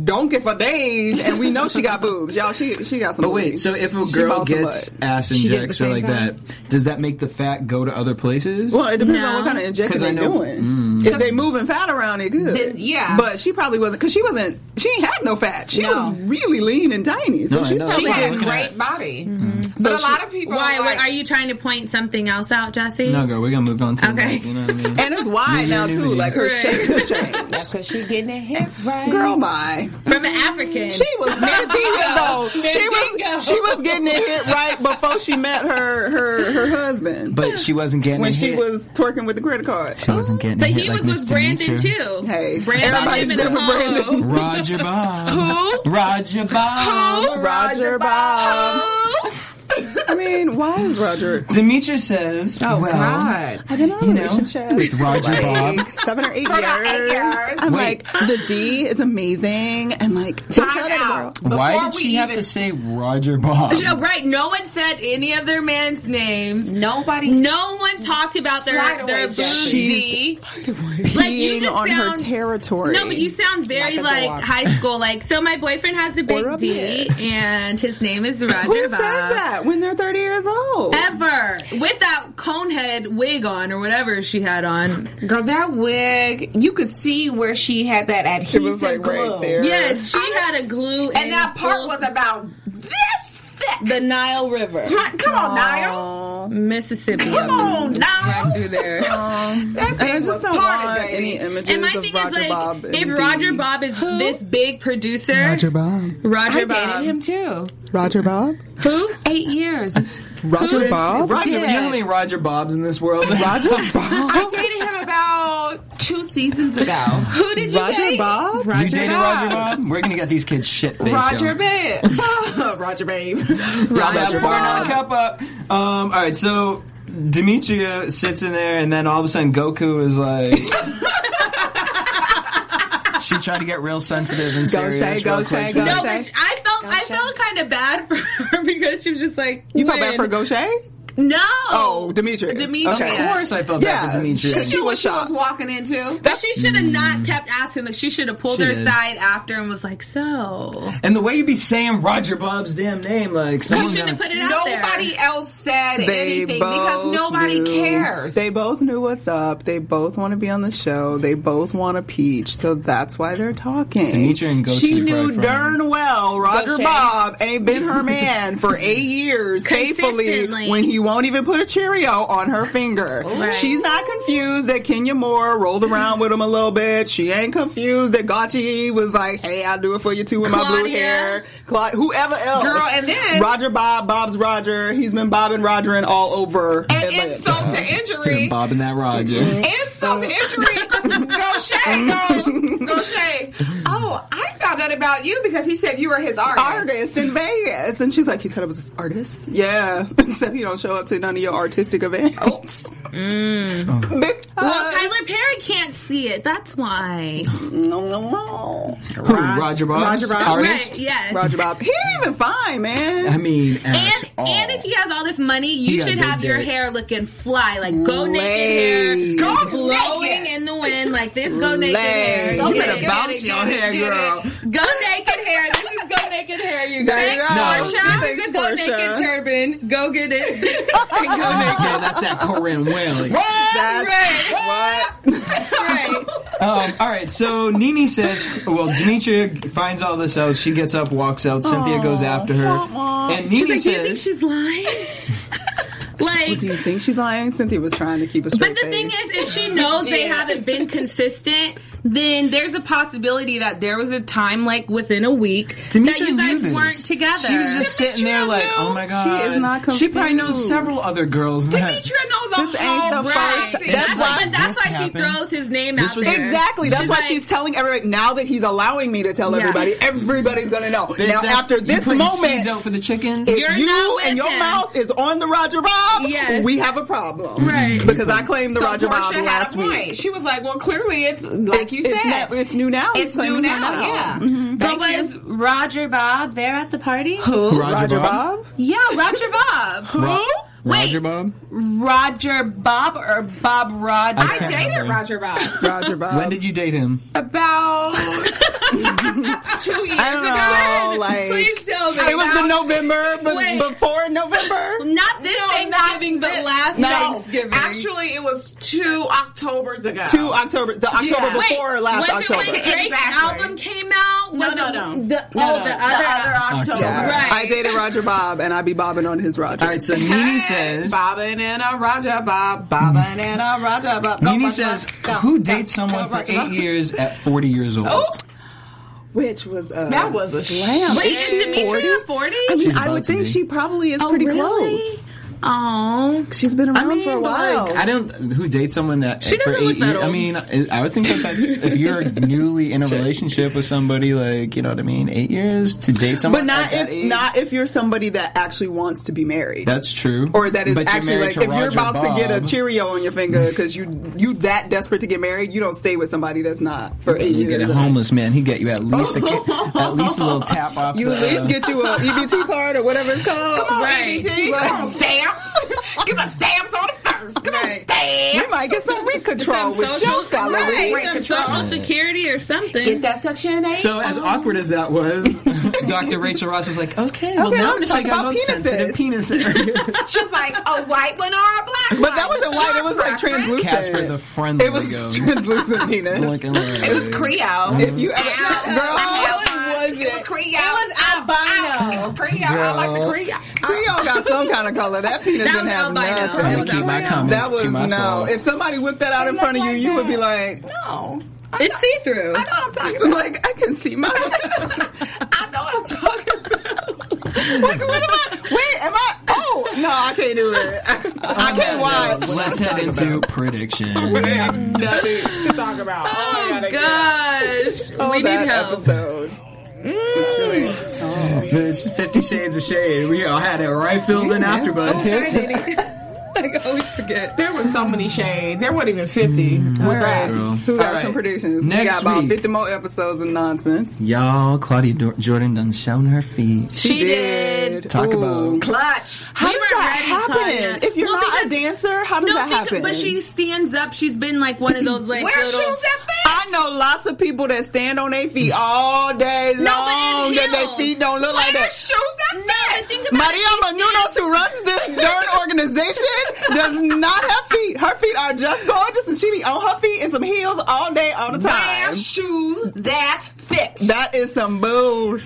[SPEAKER 6] donkey for days, and we know she got boobs. Y'all, she she got some.
[SPEAKER 5] But wait,
[SPEAKER 6] booty.
[SPEAKER 5] so if a
[SPEAKER 6] She
[SPEAKER 5] girl
[SPEAKER 6] bounced a
[SPEAKER 5] gets
[SPEAKER 6] butt.
[SPEAKER 5] ass
[SPEAKER 10] She did at the
[SPEAKER 5] injects or
[SPEAKER 10] same
[SPEAKER 5] like
[SPEAKER 10] time?
[SPEAKER 5] that, does that make the fat go to other places?
[SPEAKER 6] Well, it depends on what
[SPEAKER 8] No.
[SPEAKER 6] kind of injection
[SPEAKER 5] 'Cause I
[SPEAKER 6] they're
[SPEAKER 5] know- mm.
[SPEAKER 6] doing. If they moving fat around, it could.
[SPEAKER 7] Then, yeah.
[SPEAKER 6] But she probably wasn't because she wasn't. She ain't have no fat. She
[SPEAKER 7] No.
[SPEAKER 6] was really lean and tiny. So
[SPEAKER 5] No, I
[SPEAKER 6] she's
[SPEAKER 5] know.
[SPEAKER 6] probably
[SPEAKER 7] She had a
[SPEAKER 6] getting.
[SPEAKER 5] looking
[SPEAKER 7] great
[SPEAKER 5] at-
[SPEAKER 7] body. But a lot of people
[SPEAKER 8] Why?
[SPEAKER 7] are
[SPEAKER 8] what,
[SPEAKER 7] like,
[SPEAKER 8] are you trying to point something else out, Jesse?
[SPEAKER 5] no, girl, we're gonna move on to the
[SPEAKER 8] Okay.
[SPEAKER 5] next, You know what I mean?
[SPEAKER 6] And it's wide now
[SPEAKER 5] Yeah,
[SPEAKER 6] too.
[SPEAKER 5] yeah,
[SPEAKER 6] Like her
[SPEAKER 8] yeah.
[SPEAKER 6] shape has changed.
[SPEAKER 10] That's because she's getting a hip right.
[SPEAKER 6] Girl, my
[SPEAKER 8] From an African.
[SPEAKER 6] she
[SPEAKER 5] *laughs*
[SPEAKER 6] was thirteen years old. She
[SPEAKER 8] Mandingo.
[SPEAKER 6] was she was getting it hit right before she met her her her husband.
[SPEAKER 5] But she wasn't getting
[SPEAKER 6] when
[SPEAKER 5] a
[SPEAKER 6] she
[SPEAKER 5] hit.
[SPEAKER 6] was twerking with the credit card.
[SPEAKER 5] she wasn't getting
[SPEAKER 8] But
[SPEAKER 5] a hit
[SPEAKER 8] he
[SPEAKER 5] like
[SPEAKER 8] was
[SPEAKER 5] Miss
[SPEAKER 8] with Brandon
[SPEAKER 5] Demetra.
[SPEAKER 8] too.
[SPEAKER 6] Hey,
[SPEAKER 8] Brandon
[SPEAKER 6] everybody's
[SPEAKER 8] him and
[SPEAKER 6] different,
[SPEAKER 8] Apollo. *laughs*
[SPEAKER 6] Brandon.
[SPEAKER 5] Roger Bob. Who? Roger Bob.
[SPEAKER 6] Roger Bob.
[SPEAKER 8] Oh,
[SPEAKER 6] I mean, why is Roger?
[SPEAKER 5] Demetra says, "Oh well,
[SPEAKER 6] I've been in a
[SPEAKER 5] You know,
[SPEAKER 6] relationship
[SPEAKER 5] with Roger
[SPEAKER 6] for
[SPEAKER 5] Bob.
[SPEAKER 6] like seven or eight years.
[SPEAKER 7] about eight years.
[SPEAKER 6] I'm
[SPEAKER 5] Wait.
[SPEAKER 6] like, the D is amazing, and like, time
[SPEAKER 7] Time out.
[SPEAKER 5] Why
[SPEAKER 7] Before
[SPEAKER 5] did
[SPEAKER 7] we
[SPEAKER 5] she have
[SPEAKER 7] even-
[SPEAKER 5] to say Roger Bob?
[SPEAKER 8] *laughs* Oh, right. No one said any of their men's names.
[SPEAKER 7] nobody.
[SPEAKER 8] No one talked about
[SPEAKER 7] Slide
[SPEAKER 8] their
[SPEAKER 7] away,
[SPEAKER 8] their
[SPEAKER 7] Jesse.
[SPEAKER 8] booty. Like you
[SPEAKER 6] Being
[SPEAKER 8] just
[SPEAKER 6] on her
[SPEAKER 8] sound.
[SPEAKER 6] territory.
[SPEAKER 8] no, but you sound very
[SPEAKER 10] Like a
[SPEAKER 8] like,
[SPEAKER 10] dog.
[SPEAKER 8] high school. Like, so my boyfriend has a big
[SPEAKER 6] Or a
[SPEAKER 8] D,
[SPEAKER 6] bitch.
[SPEAKER 8] and his name is Roger
[SPEAKER 6] Who says
[SPEAKER 8] Bob.
[SPEAKER 6] that when they're 30 years old?
[SPEAKER 8] Ever with that cone head wig on or whatever she had on.
[SPEAKER 7] Girl, that wig, you could see where she had that adhesive glue.
[SPEAKER 8] Yes, she
[SPEAKER 7] I
[SPEAKER 8] had a glue,
[SPEAKER 7] And that part
[SPEAKER 8] full-
[SPEAKER 7] was about this thick.
[SPEAKER 8] the Nile River,
[SPEAKER 7] Come on, Niall.
[SPEAKER 8] Mississippi.
[SPEAKER 7] Come on, Niall.
[SPEAKER 8] through there.
[SPEAKER 7] That
[SPEAKER 6] And I
[SPEAKER 7] thing
[SPEAKER 6] just
[SPEAKER 7] was
[SPEAKER 6] don't
[SPEAKER 7] part
[SPEAKER 6] want
[SPEAKER 7] of
[SPEAKER 6] any
[SPEAKER 7] it.
[SPEAKER 6] images
[SPEAKER 8] And my
[SPEAKER 6] of
[SPEAKER 8] thing
[SPEAKER 6] Roger
[SPEAKER 8] is like,
[SPEAKER 6] Bob. and
[SPEAKER 8] if
[SPEAKER 6] D.
[SPEAKER 8] Roger Bob is this big producer,
[SPEAKER 5] Roger Bob.
[SPEAKER 8] Roger
[SPEAKER 10] I
[SPEAKER 8] Bob,
[SPEAKER 10] dated him too.
[SPEAKER 6] Roger Bob,
[SPEAKER 8] who?
[SPEAKER 10] Eight years.
[SPEAKER 6] Roger Bob,
[SPEAKER 5] Roger, you
[SPEAKER 10] did?
[SPEAKER 5] know how many Roger Bobs in this
[SPEAKER 6] *laughs*
[SPEAKER 5] world? *laughs* Roger Bob.
[SPEAKER 7] I dated him *laughs* about two seasons ago.
[SPEAKER 8] Who did you
[SPEAKER 6] Roger
[SPEAKER 8] date?
[SPEAKER 6] Bob.
[SPEAKER 5] you dated Roger Bob? We're gonna get these kids shit faced.
[SPEAKER 7] Roger
[SPEAKER 5] yo.
[SPEAKER 7] Babe.
[SPEAKER 6] *laughs*
[SPEAKER 7] Roger Babe.
[SPEAKER 5] Roger Bob. Cup up. Um, all right, so Demetria sits in there, and then all of a sudden Goku is like. *laughs* She she tried to get real sensitive and
[SPEAKER 6] Go
[SPEAKER 5] serious.
[SPEAKER 6] Shay, go
[SPEAKER 5] real
[SPEAKER 6] Shay,
[SPEAKER 5] quick.
[SPEAKER 6] go
[SPEAKER 5] She was
[SPEAKER 8] No,
[SPEAKER 5] like,
[SPEAKER 8] but I felt I felt kind of bad for her *laughs* because she was just like
[SPEAKER 6] You felt bad
[SPEAKER 8] when-
[SPEAKER 6] for Gaucher?
[SPEAKER 8] No.
[SPEAKER 6] Oh, Demetria.
[SPEAKER 8] Demetria.
[SPEAKER 6] Okay.
[SPEAKER 5] Of course, I felt bad for
[SPEAKER 6] Yeah,
[SPEAKER 5] Demetria.
[SPEAKER 6] she- she was
[SPEAKER 8] she was
[SPEAKER 6] shocked.
[SPEAKER 8] walking into. But she should have not kept asking. Like she should have pulled
[SPEAKER 5] She
[SPEAKER 8] her
[SPEAKER 5] did.
[SPEAKER 8] aside after and was like, "So."
[SPEAKER 5] and the way you be saying Roger Bob's damn name, like someone
[SPEAKER 8] shouldn't have
[SPEAKER 5] gotta-
[SPEAKER 8] put it out there.
[SPEAKER 7] Nobody else said
[SPEAKER 6] They
[SPEAKER 7] anything
[SPEAKER 6] both
[SPEAKER 7] because nobody
[SPEAKER 6] knew-
[SPEAKER 7] cares.
[SPEAKER 6] They both knew what's up. They both want to be on the show. They both want to peach. So that's why they're talking.
[SPEAKER 5] Demetria and Gautier
[SPEAKER 6] she
[SPEAKER 5] probably
[SPEAKER 6] knew
[SPEAKER 5] friends.
[SPEAKER 6] darn well Roger
[SPEAKER 7] Gautier.
[SPEAKER 6] Bob ain't been her man for eight years faithfully
[SPEAKER 8] Consistently.
[SPEAKER 6] when he won't even put a Cheerio on her finger.
[SPEAKER 8] Right.
[SPEAKER 6] She's not confused that Kenya Moore rolled around with him a little bit. She ain't confused that Gauthier was like, hey, I'll do it for you too with my blue
[SPEAKER 8] Claudia.
[SPEAKER 6] hair. Cla- whoever else.
[SPEAKER 7] Girl, and then-
[SPEAKER 6] Roger Bob, Bob's Roger. He's been bobbing Rogering all over.
[SPEAKER 7] and
[SPEAKER 6] Atlanta. *laughs*
[SPEAKER 7] insult to injury.
[SPEAKER 5] Bob and that Roger.
[SPEAKER 8] Mm-hmm.
[SPEAKER 7] Insult to injury. Gaucher goes, Gaucher, oh, I found out about you because he said you were his artist.
[SPEAKER 6] artist in Vegas. And she's like, he said I was an artist? *laughs* Yeah. Oh. Except you don't show up to none of your artistic events. Mm. Big time.
[SPEAKER 8] Well, Tyler Perry can't see it. That's why.
[SPEAKER 6] No, no, no.
[SPEAKER 5] Who, Roger Bob's
[SPEAKER 6] Roger Bob.
[SPEAKER 5] artist?
[SPEAKER 8] Right? Yes.
[SPEAKER 6] Roger Bob. He ain't even fine, man.
[SPEAKER 5] I mean,
[SPEAKER 8] And and if he has all this money,
[SPEAKER 5] He
[SPEAKER 8] you
[SPEAKER 5] got
[SPEAKER 8] should
[SPEAKER 5] big
[SPEAKER 8] have your
[SPEAKER 5] dick.
[SPEAKER 8] hair looking fly, like go
[SPEAKER 6] Laid.
[SPEAKER 8] naked hair,
[SPEAKER 6] Go
[SPEAKER 8] blowing
[SPEAKER 7] naked.
[SPEAKER 8] in the wind, like this go naked hair.
[SPEAKER 6] Laid.
[SPEAKER 8] Go
[SPEAKER 6] You
[SPEAKER 8] naked,
[SPEAKER 6] better
[SPEAKER 8] naked,
[SPEAKER 5] bounce
[SPEAKER 8] naked,
[SPEAKER 5] your hair,
[SPEAKER 8] naked.
[SPEAKER 5] girl.
[SPEAKER 8] Go naked hair. This is go naked hair, you guys.
[SPEAKER 6] you go.
[SPEAKER 8] Portia.
[SPEAKER 6] Thanks,
[SPEAKER 8] the go
[SPEAKER 6] Portia.
[SPEAKER 8] naked turban. Go get
[SPEAKER 6] *laughs*
[SPEAKER 8] it.
[SPEAKER 5] yeah, that's that Corinne Whaley.
[SPEAKER 6] That's what? *laughs*
[SPEAKER 8] right.
[SPEAKER 5] Um, all right, so Nini says, well, Demetria finds all this out. She gets up, walks out. Cynthia goes after her, and
[SPEAKER 8] She's
[SPEAKER 5] Nini
[SPEAKER 8] like, do you think
[SPEAKER 5] says,
[SPEAKER 8] she's lying? like,
[SPEAKER 6] Do you think she's lying? Cynthia was trying to keep a straight
[SPEAKER 8] But the thing
[SPEAKER 6] face.
[SPEAKER 8] is, if she knows they haven't been consistent, then there's a possibility that there was a time, like within a week,
[SPEAKER 5] Demetria
[SPEAKER 8] that you guys
[SPEAKER 5] knew this.
[SPEAKER 8] weren't together.
[SPEAKER 5] She was just sitting there like, oh my god.
[SPEAKER 6] She is not
[SPEAKER 5] She probably knows
[SPEAKER 6] confused.
[SPEAKER 5] several other girls. that-
[SPEAKER 7] Demetria knows the
[SPEAKER 6] This ain't
[SPEAKER 7] whole
[SPEAKER 6] the
[SPEAKER 7] brand.
[SPEAKER 6] first-
[SPEAKER 8] That's,
[SPEAKER 5] This
[SPEAKER 8] why.
[SPEAKER 5] happened.
[SPEAKER 8] that's why
[SPEAKER 5] This
[SPEAKER 8] she
[SPEAKER 5] happened.
[SPEAKER 8] throws his name
[SPEAKER 5] This
[SPEAKER 8] out
[SPEAKER 5] was-
[SPEAKER 8] there.
[SPEAKER 6] Exactly. That's
[SPEAKER 8] She's
[SPEAKER 6] why
[SPEAKER 8] like,
[SPEAKER 6] she's telling everybody now that he's allowing me to tell
[SPEAKER 8] Yeah.
[SPEAKER 6] everybody. Everybody's gonna know.
[SPEAKER 5] Bitch,
[SPEAKER 6] now
[SPEAKER 5] that's-
[SPEAKER 6] after
[SPEAKER 5] you
[SPEAKER 6] this
[SPEAKER 5] putting seeds
[SPEAKER 6] moment,
[SPEAKER 5] out for the chickens.
[SPEAKER 6] if
[SPEAKER 8] You're not
[SPEAKER 6] you
[SPEAKER 8] with
[SPEAKER 6] and your
[SPEAKER 8] him.
[SPEAKER 6] mouth is on the Roger Bob,
[SPEAKER 8] Yes.
[SPEAKER 6] we have a problem.
[SPEAKER 8] Right.
[SPEAKER 6] Because I claimed the
[SPEAKER 7] So
[SPEAKER 6] Roger Bob
[SPEAKER 7] Portia had
[SPEAKER 6] last
[SPEAKER 7] a point.
[SPEAKER 6] week.
[SPEAKER 7] She was like, well, clearly it's like
[SPEAKER 6] It's-
[SPEAKER 7] you
[SPEAKER 6] it's
[SPEAKER 7] said.
[SPEAKER 6] not- it's new now.
[SPEAKER 7] It's
[SPEAKER 6] claiming
[SPEAKER 7] new now, yeah.
[SPEAKER 8] But was Roger Bob there at the party? Who?
[SPEAKER 5] Roger,
[SPEAKER 6] Roger
[SPEAKER 5] Bob.
[SPEAKER 6] Bob?
[SPEAKER 8] Yeah, Roger
[SPEAKER 5] *laughs*
[SPEAKER 8] Bob. Who?
[SPEAKER 5] Ro-
[SPEAKER 8] Wait,
[SPEAKER 5] Roger Bob.
[SPEAKER 8] Roger Bob or Bob Roger?
[SPEAKER 5] I
[SPEAKER 7] I
[SPEAKER 5] can't
[SPEAKER 7] dated
[SPEAKER 5] remember.
[SPEAKER 7] Roger Bob
[SPEAKER 6] Roger Bob.
[SPEAKER 5] When did you date him?
[SPEAKER 7] about two years
[SPEAKER 6] I don't know,
[SPEAKER 7] ago.
[SPEAKER 6] like
[SPEAKER 8] Please tell me.
[SPEAKER 6] it was the November, but
[SPEAKER 8] Wait.
[SPEAKER 6] before November.
[SPEAKER 8] Not this Thanksgiving, but last
[SPEAKER 6] No.
[SPEAKER 8] Thanksgiving.
[SPEAKER 7] Actually, it was two Octobers ago.
[SPEAKER 6] Two October, the October
[SPEAKER 7] Yeah.
[SPEAKER 8] Wait,
[SPEAKER 6] before last
[SPEAKER 8] was
[SPEAKER 6] October.
[SPEAKER 8] it when Drake's
[SPEAKER 7] Exactly.
[SPEAKER 8] album came out?
[SPEAKER 7] No,
[SPEAKER 8] Was
[SPEAKER 7] no,
[SPEAKER 8] it
[SPEAKER 7] no.
[SPEAKER 8] The,
[SPEAKER 7] No,
[SPEAKER 8] oh,
[SPEAKER 7] no,
[SPEAKER 8] the other.
[SPEAKER 7] October.
[SPEAKER 6] Yeah.
[SPEAKER 8] Right.
[SPEAKER 6] I dated Roger Bob, and I be bobbing on his Roger.
[SPEAKER 5] All right, so Nini says.
[SPEAKER 7] Bobbin and a Roger Bob, Bobbin and a Roger Bob. Go,
[SPEAKER 5] Nini
[SPEAKER 7] Roger
[SPEAKER 5] says,
[SPEAKER 7] Bob, go,
[SPEAKER 5] who
[SPEAKER 7] go,
[SPEAKER 5] dates someone
[SPEAKER 7] go,
[SPEAKER 5] for
[SPEAKER 7] Roger
[SPEAKER 5] eight
[SPEAKER 7] Bob."
[SPEAKER 5] years at 40 years old?
[SPEAKER 7] Oh,
[SPEAKER 6] which was uh,
[SPEAKER 7] that was a
[SPEAKER 6] *laughs*
[SPEAKER 7] slam.
[SPEAKER 8] Wait, is Demetria 40?
[SPEAKER 6] I mean,
[SPEAKER 5] She's
[SPEAKER 6] I
[SPEAKER 5] about
[SPEAKER 6] would
[SPEAKER 5] to
[SPEAKER 6] think
[SPEAKER 5] be.
[SPEAKER 6] she probably is
[SPEAKER 8] Oh,
[SPEAKER 6] pretty
[SPEAKER 8] really?
[SPEAKER 6] close.
[SPEAKER 8] Oh.
[SPEAKER 6] She's been around for a
[SPEAKER 8] mean, but,
[SPEAKER 6] while.
[SPEAKER 5] I don't. Who dates someone that
[SPEAKER 8] She
[SPEAKER 5] for
[SPEAKER 8] doesn't look
[SPEAKER 5] eight
[SPEAKER 8] that
[SPEAKER 5] years? I
[SPEAKER 8] old.
[SPEAKER 5] mean, I I would think that that's if you're newly in a relationship with somebody, like you know what I mean, eight years to date someone,
[SPEAKER 6] but
[SPEAKER 5] at
[SPEAKER 6] not if
[SPEAKER 5] that age,
[SPEAKER 6] not if you're somebody that actually wants to be married.
[SPEAKER 5] That's true.
[SPEAKER 6] or that is
[SPEAKER 5] But you're
[SPEAKER 6] actually
[SPEAKER 5] married
[SPEAKER 6] like
[SPEAKER 5] to
[SPEAKER 6] if you're
[SPEAKER 5] Roger
[SPEAKER 6] about to get a
[SPEAKER 5] Bob.
[SPEAKER 6] Cheerio on your finger because you you that desperate to get married, you don't stay with somebody that's not for eight
[SPEAKER 5] You
[SPEAKER 6] years.
[SPEAKER 5] get a homeless man. He get you at least a, ki- at least a
[SPEAKER 6] *laughs*
[SPEAKER 5] little tap off.
[SPEAKER 6] You
[SPEAKER 5] the,
[SPEAKER 6] at least
[SPEAKER 5] uh,
[SPEAKER 6] get you
[SPEAKER 5] *laughs*
[SPEAKER 6] a EBT card or whatever it's called.
[SPEAKER 7] Come on,
[SPEAKER 8] Right.
[SPEAKER 7] EBT. Come on, stamps. Give us stamps on the first. Come on,
[SPEAKER 8] Right.
[SPEAKER 7] stamps.
[SPEAKER 6] You might get some rent control
[SPEAKER 8] Some
[SPEAKER 6] with
[SPEAKER 8] social,
[SPEAKER 6] your salary.
[SPEAKER 8] right, some social security or something.
[SPEAKER 7] Get that section eight. Oh,
[SPEAKER 5] So as
[SPEAKER 7] *laughs*
[SPEAKER 5] awkward as that
[SPEAKER 6] *laughs*
[SPEAKER 5] was, *laughs* Dr. Rachel Ross was like, "Okay, well
[SPEAKER 6] Okay,
[SPEAKER 5] now I'm
[SPEAKER 6] let's
[SPEAKER 5] gonna show
[SPEAKER 6] talk
[SPEAKER 5] you guys
[SPEAKER 6] about
[SPEAKER 5] what sensitive penis areas."
[SPEAKER 6] *laughs*
[SPEAKER 7] She's like a white one or a black one.
[SPEAKER 6] But that wasn't white; it was like
[SPEAKER 7] Preference.
[SPEAKER 6] translucent.
[SPEAKER 5] Casper the friendly
[SPEAKER 6] It was
[SPEAKER 5] goat. *laughs*
[SPEAKER 6] translucent penis.
[SPEAKER 5] Looking like- uh,
[SPEAKER 7] It was Creole.
[SPEAKER 6] If you ever, *laughs*
[SPEAKER 7] Ow.
[SPEAKER 6] girl,
[SPEAKER 8] Ow.
[SPEAKER 7] it wasn't. It was Creole.
[SPEAKER 8] It was
[SPEAKER 7] Ow.
[SPEAKER 8] albino.
[SPEAKER 7] Ow. It was Creole. I like the
[SPEAKER 5] Girl.
[SPEAKER 7] Creole.
[SPEAKER 6] Creole got some kind of color. That penis
[SPEAKER 8] That
[SPEAKER 6] didn't
[SPEAKER 8] was
[SPEAKER 6] have
[SPEAKER 8] albino.
[SPEAKER 6] nothing.
[SPEAKER 8] That
[SPEAKER 5] I'm gonna
[SPEAKER 8] was
[SPEAKER 5] keep my
[SPEAKER 8] albino.
[SPEAKER 5] comments
[SPEAKER 6] That was
[SPEAKER 5] to
[SPEAKER 6] no.
[SPEAKER 5] myself.
[SPEAKER 6] If somebody whipped that out in front of you, you would be like,
[SPEAKER 7] No.
[SPEAKER 8] it's see through.
[SPEAKER 7] I know what I'm
[SPEAKER 6] *laughs*
[SPEAKER 7] talking about.
[SPEAKER 6] like I can see *laughs* my.
[SPEAKER 7] I know what I'm talking
[SPEAKER 6] like, what am I? Wait, am I? Oh no, I can't do it. I, I can't watch.
[SPEAKER 5] Let's head into
[SPEAKER 6] *laughs*
[SPEAKER 5] prediction.
[SPEAKER 7] about. Nothing to talk about. Oh, my
[SPEAKER 8] Gosh, *laughs* we need
[SPEAKER 6] Oh, that
[SPEAKER 8] help. Mm.
[SPEAKER 6] episode. It's really
[SPEAKER 8] Oh.
[SPEAKER 5] It's Fifty Shades of Shade. We all had it right filled in after buzz.
[SPEAKER 8] *laughs* I always forget.
[SPEAKER 11] There was so many shades. There wasn't even 50.
[SPEAKER 6] Whereas, Mm. who got
[SPEAKER 5] All
[SPEAKER 6] some
[SPEAKER 5] right.
[SPEAKER 6] predictions? we
[SPEAKER 5] Next
[SPEAKER 6] got about
[SPEAKER 5] week.
[SPEAKER 6] 50 more episodes of nonsense.
[SPEAKER 5] Y'all, Claudia Dor- Jordan done shown her feet.
[SPEAKER 6] She did.
[SPEAKER 5] Talk
[SPEAKER 6] Ooh.
[SPEAKER 5] about
[SPEAKER 7] Clutch.
[SPEAKER 6] How
[SPEAKER 8] We
[SPEAKER 6] does
[SPEAKER 8] were
[SPEAKER 6] that
[SPEAKER 8] ready,
[SPEAKER 6] happen?
[SPEAKER 8] Tanya.
[SPEAKER 6] If you're
[SPEAKER 8] Well,
[SPEAKER 6] not
[SPEAKER 8] because-
[SPEAKER 6] a dancer, how does
[SPEAKER 8] no,
[SPEAKER 6] that
[SPEAKER 8] think-
[SPEAKER 6] happen?
[SPEAKER 8] But she stands up. She's been like one of those like
[SPEAKER 6] Wear
[SPEAKER 8] little,
[SPEAKER 6] shoes I know lots of people that stand on their feet all day
[SPEAKER 8] No, but in
[SPEAKER 6] long that their
[SPEAKER 8] heels.
[SPEAKER 6] feet don't look like
[SPEAKER 8] Wear
[SPEAKER 6] that.
[SPEAKER 8] shoes that fit. No, think about it,
[SPEAKER 6] Maria
[SPEAKER 8] she
[SPEAKER 6] Menounos, who runs this
[SPEAKER 8] *laughs*
[SPEAKER 6] darn organization, does not have feet. Her feet are just gorgeous, and she be on her feet in some heels all day, all the time.
[SPEAKER 7] Wear shoes that fit.
[SPEAKER 6] That is some bull.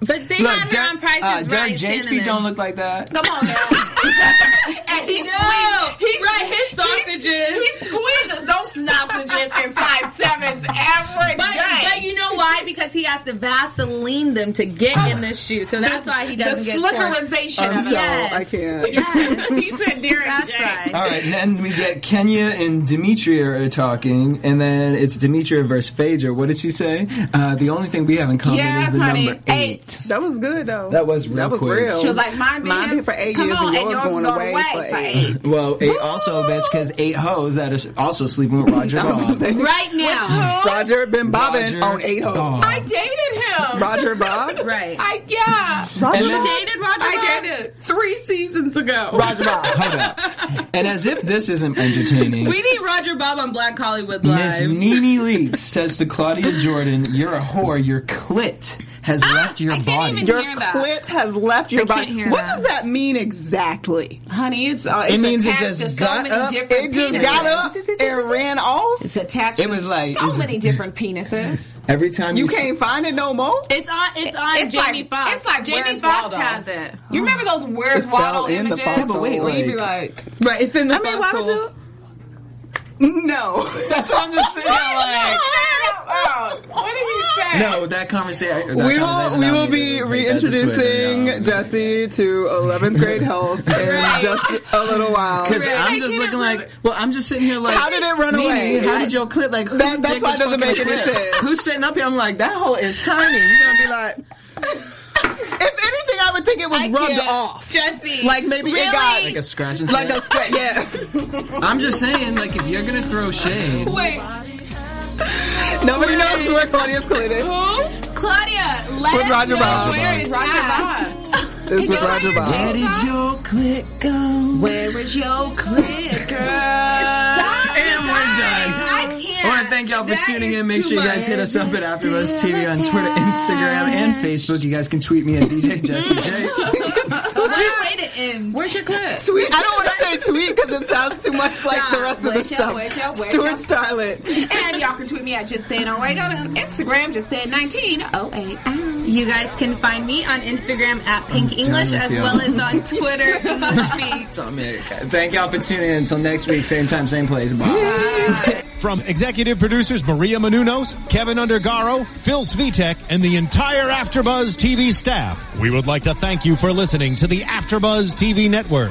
[SPEAKER 8] But they
[SPEAKER 5] Look,
[SPEAKER 8] had her on
[SPEAKER 5] Dirk,
[SPEAKER 8] Price
[SPEAKER 5] uh,
[SPEAKER 8] is
[SPEAKER 5] Dirk
[SPEAKER 8] Right.
[SPEAKER 5] J's feet
[SPEAKER 8] cinnamon. Oh,
[SPEAKER 5] don't look like that.
[SPEAKER 7] Come on, now. and he
[SPEAKER 8] No,
[SPEAKER 7] squeezes. He
[SPEAKER 8] right, his
[SPEAKER 7] he-
[SPEAKER 8] sausages.
[SPEAKER 7] He squeezes those sausages in size sevens every
[SPEAKER 8] But,
[SPEAKER 7] day.
[SPEAKER 8] but you know why? Because he has to Vaseline them to get in the shoe. So that's why he doesn't
[SPEAKER 7] the
[SPEAKER 8] get torn.
[SPEAKER 7] slickerization
[SPEAKER 6] I'm
[SPEAKER 7] of it.
[SPEAKER 6] so I can't.
[SPEAKER 7] he
[SPEAKER 8] Oh,
[SPEAKER 7] said Derek J.
[SPEAKER 5] All right, then we get Kenya and Demetria are talking, and then it's Demetria versus Phaedra. What did she say? Uh, the only thing we have in common
[SPEAKER 7] Yes,
[SPEAKER 5] is the
[SPEAKER 7] honey.
[SPEAKER 5] number eight.
[SPEAKER 6] That was good though.
[SPEAKER 5] That was real
[SPEAKER 6] that was
[SPEAKER 5] quick.
[SPEAKER 6] real.
[SPEAKER 7] She was like, mine be
[SPEAKER 6] Mine
[SPEAKER 7] here
[SPEAKER 6] be for eight
[SPEAKER 7] Come
[SPEAKER 6] years
[SPEAKER 7] on,
[SPEAKER 6] and
[SPEAKER 7] and
[SPEAKER 6] yours
[SPEAKER 7] yours
[SPEAKER 6] going
[SPEAKER 7] go
[SPEAKER 6] away for
[SPEAKER 7] for
[SPEAKER 6] eight.
[SPEAKER 7] eight.
[SPEAKER 5] Well, eight also, bitch, because eight hoes that is also sleeping with Roger Bob.
[SPEAKER 8] Right now.
[SPEAKER 6] Roger been bobbing
[SPEAKER 5] Roger
[SPEAKER 6] on eight hoes.
[SPEAKER 5] Bob.
[SPEAKER 11] I dated him.
[SPEAKER 6] Roger Bob.
[SPEAKER 8] Right.
[SPEAKER 11] I, yeah.
[SPEAKER 5] And
[SPEAKER 8] you
[SPEAKER 5] then-
[SPEAKER 8] dated Roger
[SPEAKER 11] I
[SPEAKER 8] Bob?
[SPEAKER 11] dated three seasons ago.
[SPEAKER 6] Roger Bob.
[SPEAKER 5] Hold up. And as if this isn't entertaining,
[SPEAKER 8] We need Roger Bob on Black Hollywood
[SPEAKER 5] Miss
[SPEAKER 8] Live.
[SPEAKER 5] Nene Leaks says to Claudia Jordan, "You're a whore. Your clit has
[SPEAKER 6] Ah,
[SPEAKER 5] left your
[SPEAKER 8] I can't
[SPEAKER 5] body."
[SPEAKER 8] even
[SPEAKER 6] Your
[SPEAKER 8] hear that.
[SPEAKER 6] clit has left your
[SPEAKER 8] I can't
[SPEAKER 6] body.
[SPEAKER 8] hear
[SPEAKER 6] What
[SPEAKER 8] that.
[SPEAKER 6] does that mean exactly?
[SPEAKER 11] Honey, it's, uh, it's
[SPEAKER 5] It means it
[SPEAKER 11] attached
[SPEAKER 5] just
[SPEAKER 11] to so
[SPEAKER 5] got
[SPEAKER 11] many
[SPEAKER 5] up.
[SPEAKER 11] different
[SPEAKER 6] It just
[SPEAKER 11] penises.
[SPEAKER 8] *laughs*
[SPEAKER 6] got up and ran off.
[SPEAKER 11] It's attached
[SPEAKER 5] It was
[SPEAKER 11] to
[SPEAKER 5] like-
[SPEAKER 11] so
[SPEAKER 5] it's-
[SPEAKER 11] many different penises.
[SPEAKER 5] Every time
[SPEAKER 6] You
[SPEAKER 5] s-
[SPEAKER 6] can't find it no more.
[SPEAKER 8] It's on. It's on
[SPEAKER 7] It's
[SPEAKER 8] Jamie
[SPEAKER 7] like,
[SPEAKER 8] Foxx.
[SPEAKER 7] it's like
[SPEAKER 8] Jamie
[SPEAKER 7] Where's
[SPEAKER 8] Foxx
[SPEAKER 7] Waldo?
[SPEAKER 8] has it.
[SPEAKER 7] You remember those Where's
[SPEAKER 6] It fell
[SPEAKER 7] Waldo
[SPEAKER 6] in the
[SPEAKER 7] images?
[SPEAKER 6] fox But wait, hole,
[SPEAKER 11] Where you be
[SPEAKER 6] Like-
[SPEAKER 11] like,
[SPEAKER 8] Right. It's in the.
[SPEAKER 11] I mean, why would you?
[SPEAKER 6] *laughs* No.
[SPEAKER 5] That's what I'm just saying. like,
[SPEAKER 11] what did he say?
[SPEAKER 5] no, that conversation.
[SPEAKER 6] We will we will be reintroducing Jesse to 11th *laughs* grade health in just a little while.
[SPEAKER 5] Because
[SPEAKER 8] Right.
[SPEAKER 5] I'm just
[SPEAKER 8] Taking it
[SPEAKER 5] looking
[SPEAKER 8] from-
[SPEAKER 5] like, well, I'm just sitting here like,
[SPEAKER 6] How did it run
[SPEAKER 5] Nene,
[SPEAKER 6] away?
[SPEAKER 5] How did your clit like?
[SPEAKER 6] That-
[SPEAKER 5] whose
[SPEAKER 6] that's
[SPEAKER 5] dick
[SPEAKER 6] why
[SPEAKER 5] is
[SPEAKER 6] it doesn't
[SPEAKER 5] fucking
[SPEAKER 6] make any
[SPEAKER 5] clit?
[SPEAKER 6] sense.
[SPEAKER 5] Who's sitting up here? I'm like, that hole is tiny. You're gonna be like,
[SPEAKER 6] If anything, I would think it was rubbed off.
[SPEAKER 8] Jesse.
[SPEAKER 6] Like maybe it got
[SPEAKER 5] like a scratch and
[SPEAKER 6] like
[SPEAKER 5] like
[SPEAKER 6] a sweat. Yeah.
[SPEAKER 5] I'm just saying, like, if you're gonna throw shade,
[SPEAKER 8] Wait,
[SPEAKER 6] Nobody knows where Claudia's clit is.
[SPEAKER 8] Claudia. Let
[SPEAKER 6] With
[SPEAKER 8] us
[SPEAKER 6] Roger
[SPEAKER 8] know
[SPEAKER 6] Bob.
[SPEAKER 8] where it's at.
[SPEAKER 6] It's with
[SPEAKER 8] know
[SPEAKER 6] Roger
[SPEAKER 8] where
[SPEAKER 6] Bob.
[SPEAKER 5] where did your clit go?
[SPEAKER 8] Where is your
[SPEAKER 5] *laughs*
[SPEAKER 8] clit, girl?
[SPEAKER 5] And we're done.
[SPEAKER 8] I can't.
[SPEAKER 5] I want to thank y'all for
[SPEAKER 8] That
[SPEAKER 5] tuning
[SPEAKER 8] is
[SPEAKER 5] in. Make
[SPEAKER 8] too
[SPEAKER 5] sure you guys
[SPEAKER 8] much.
[SPEAKER 5] hit us up at AfterBuzz TV on Twitter, Instagram, and Facebook. You guys can tweet me at DJ
[SPEAKER 8] *laughs*
[SPEAKER 5] Jesse J.
[SPEAKER 8] What a way to end.
[SPEAKER 11] Where's your
[SPEAKER 7] *laughs*
[SPEAKER 11] clit?
[SPEAKER 6] Tweet. I don't want to say tweet because it sounds too much like the rest of the
[SPEAKER 7] Where's your-
[SPEAKER 6] stuff.
[SPEAKER 7] where's your- where's
[SPEAKER 6] Stuart
[SPEAKER 7] your-
[SPEAKER 6] Starlet.
[SPEAKER 7] And y'all can tweet me at just saying oh, alright on Instagram, just saying oh, 1908.
[SPEAKER 8] You guys can find me on Instagram at Pink English
[SPEAKER 5] with
[SPEAKER 8] as
[SPEAKER 5] you.
[SPEAKER 8] well as on Twitter *laughs* English Speak.
[SPEAKER 5] It's America. Thank y'all for tuning in. Until next week, same time, same place. Bye.
[SPEAKER 3] From executive producers Maria Manunos, Kevin Undergaro, Phil Svitek, and the entire Afterbuzz TV staff, we would like to thank you for listening to the Afterbuzz TV network.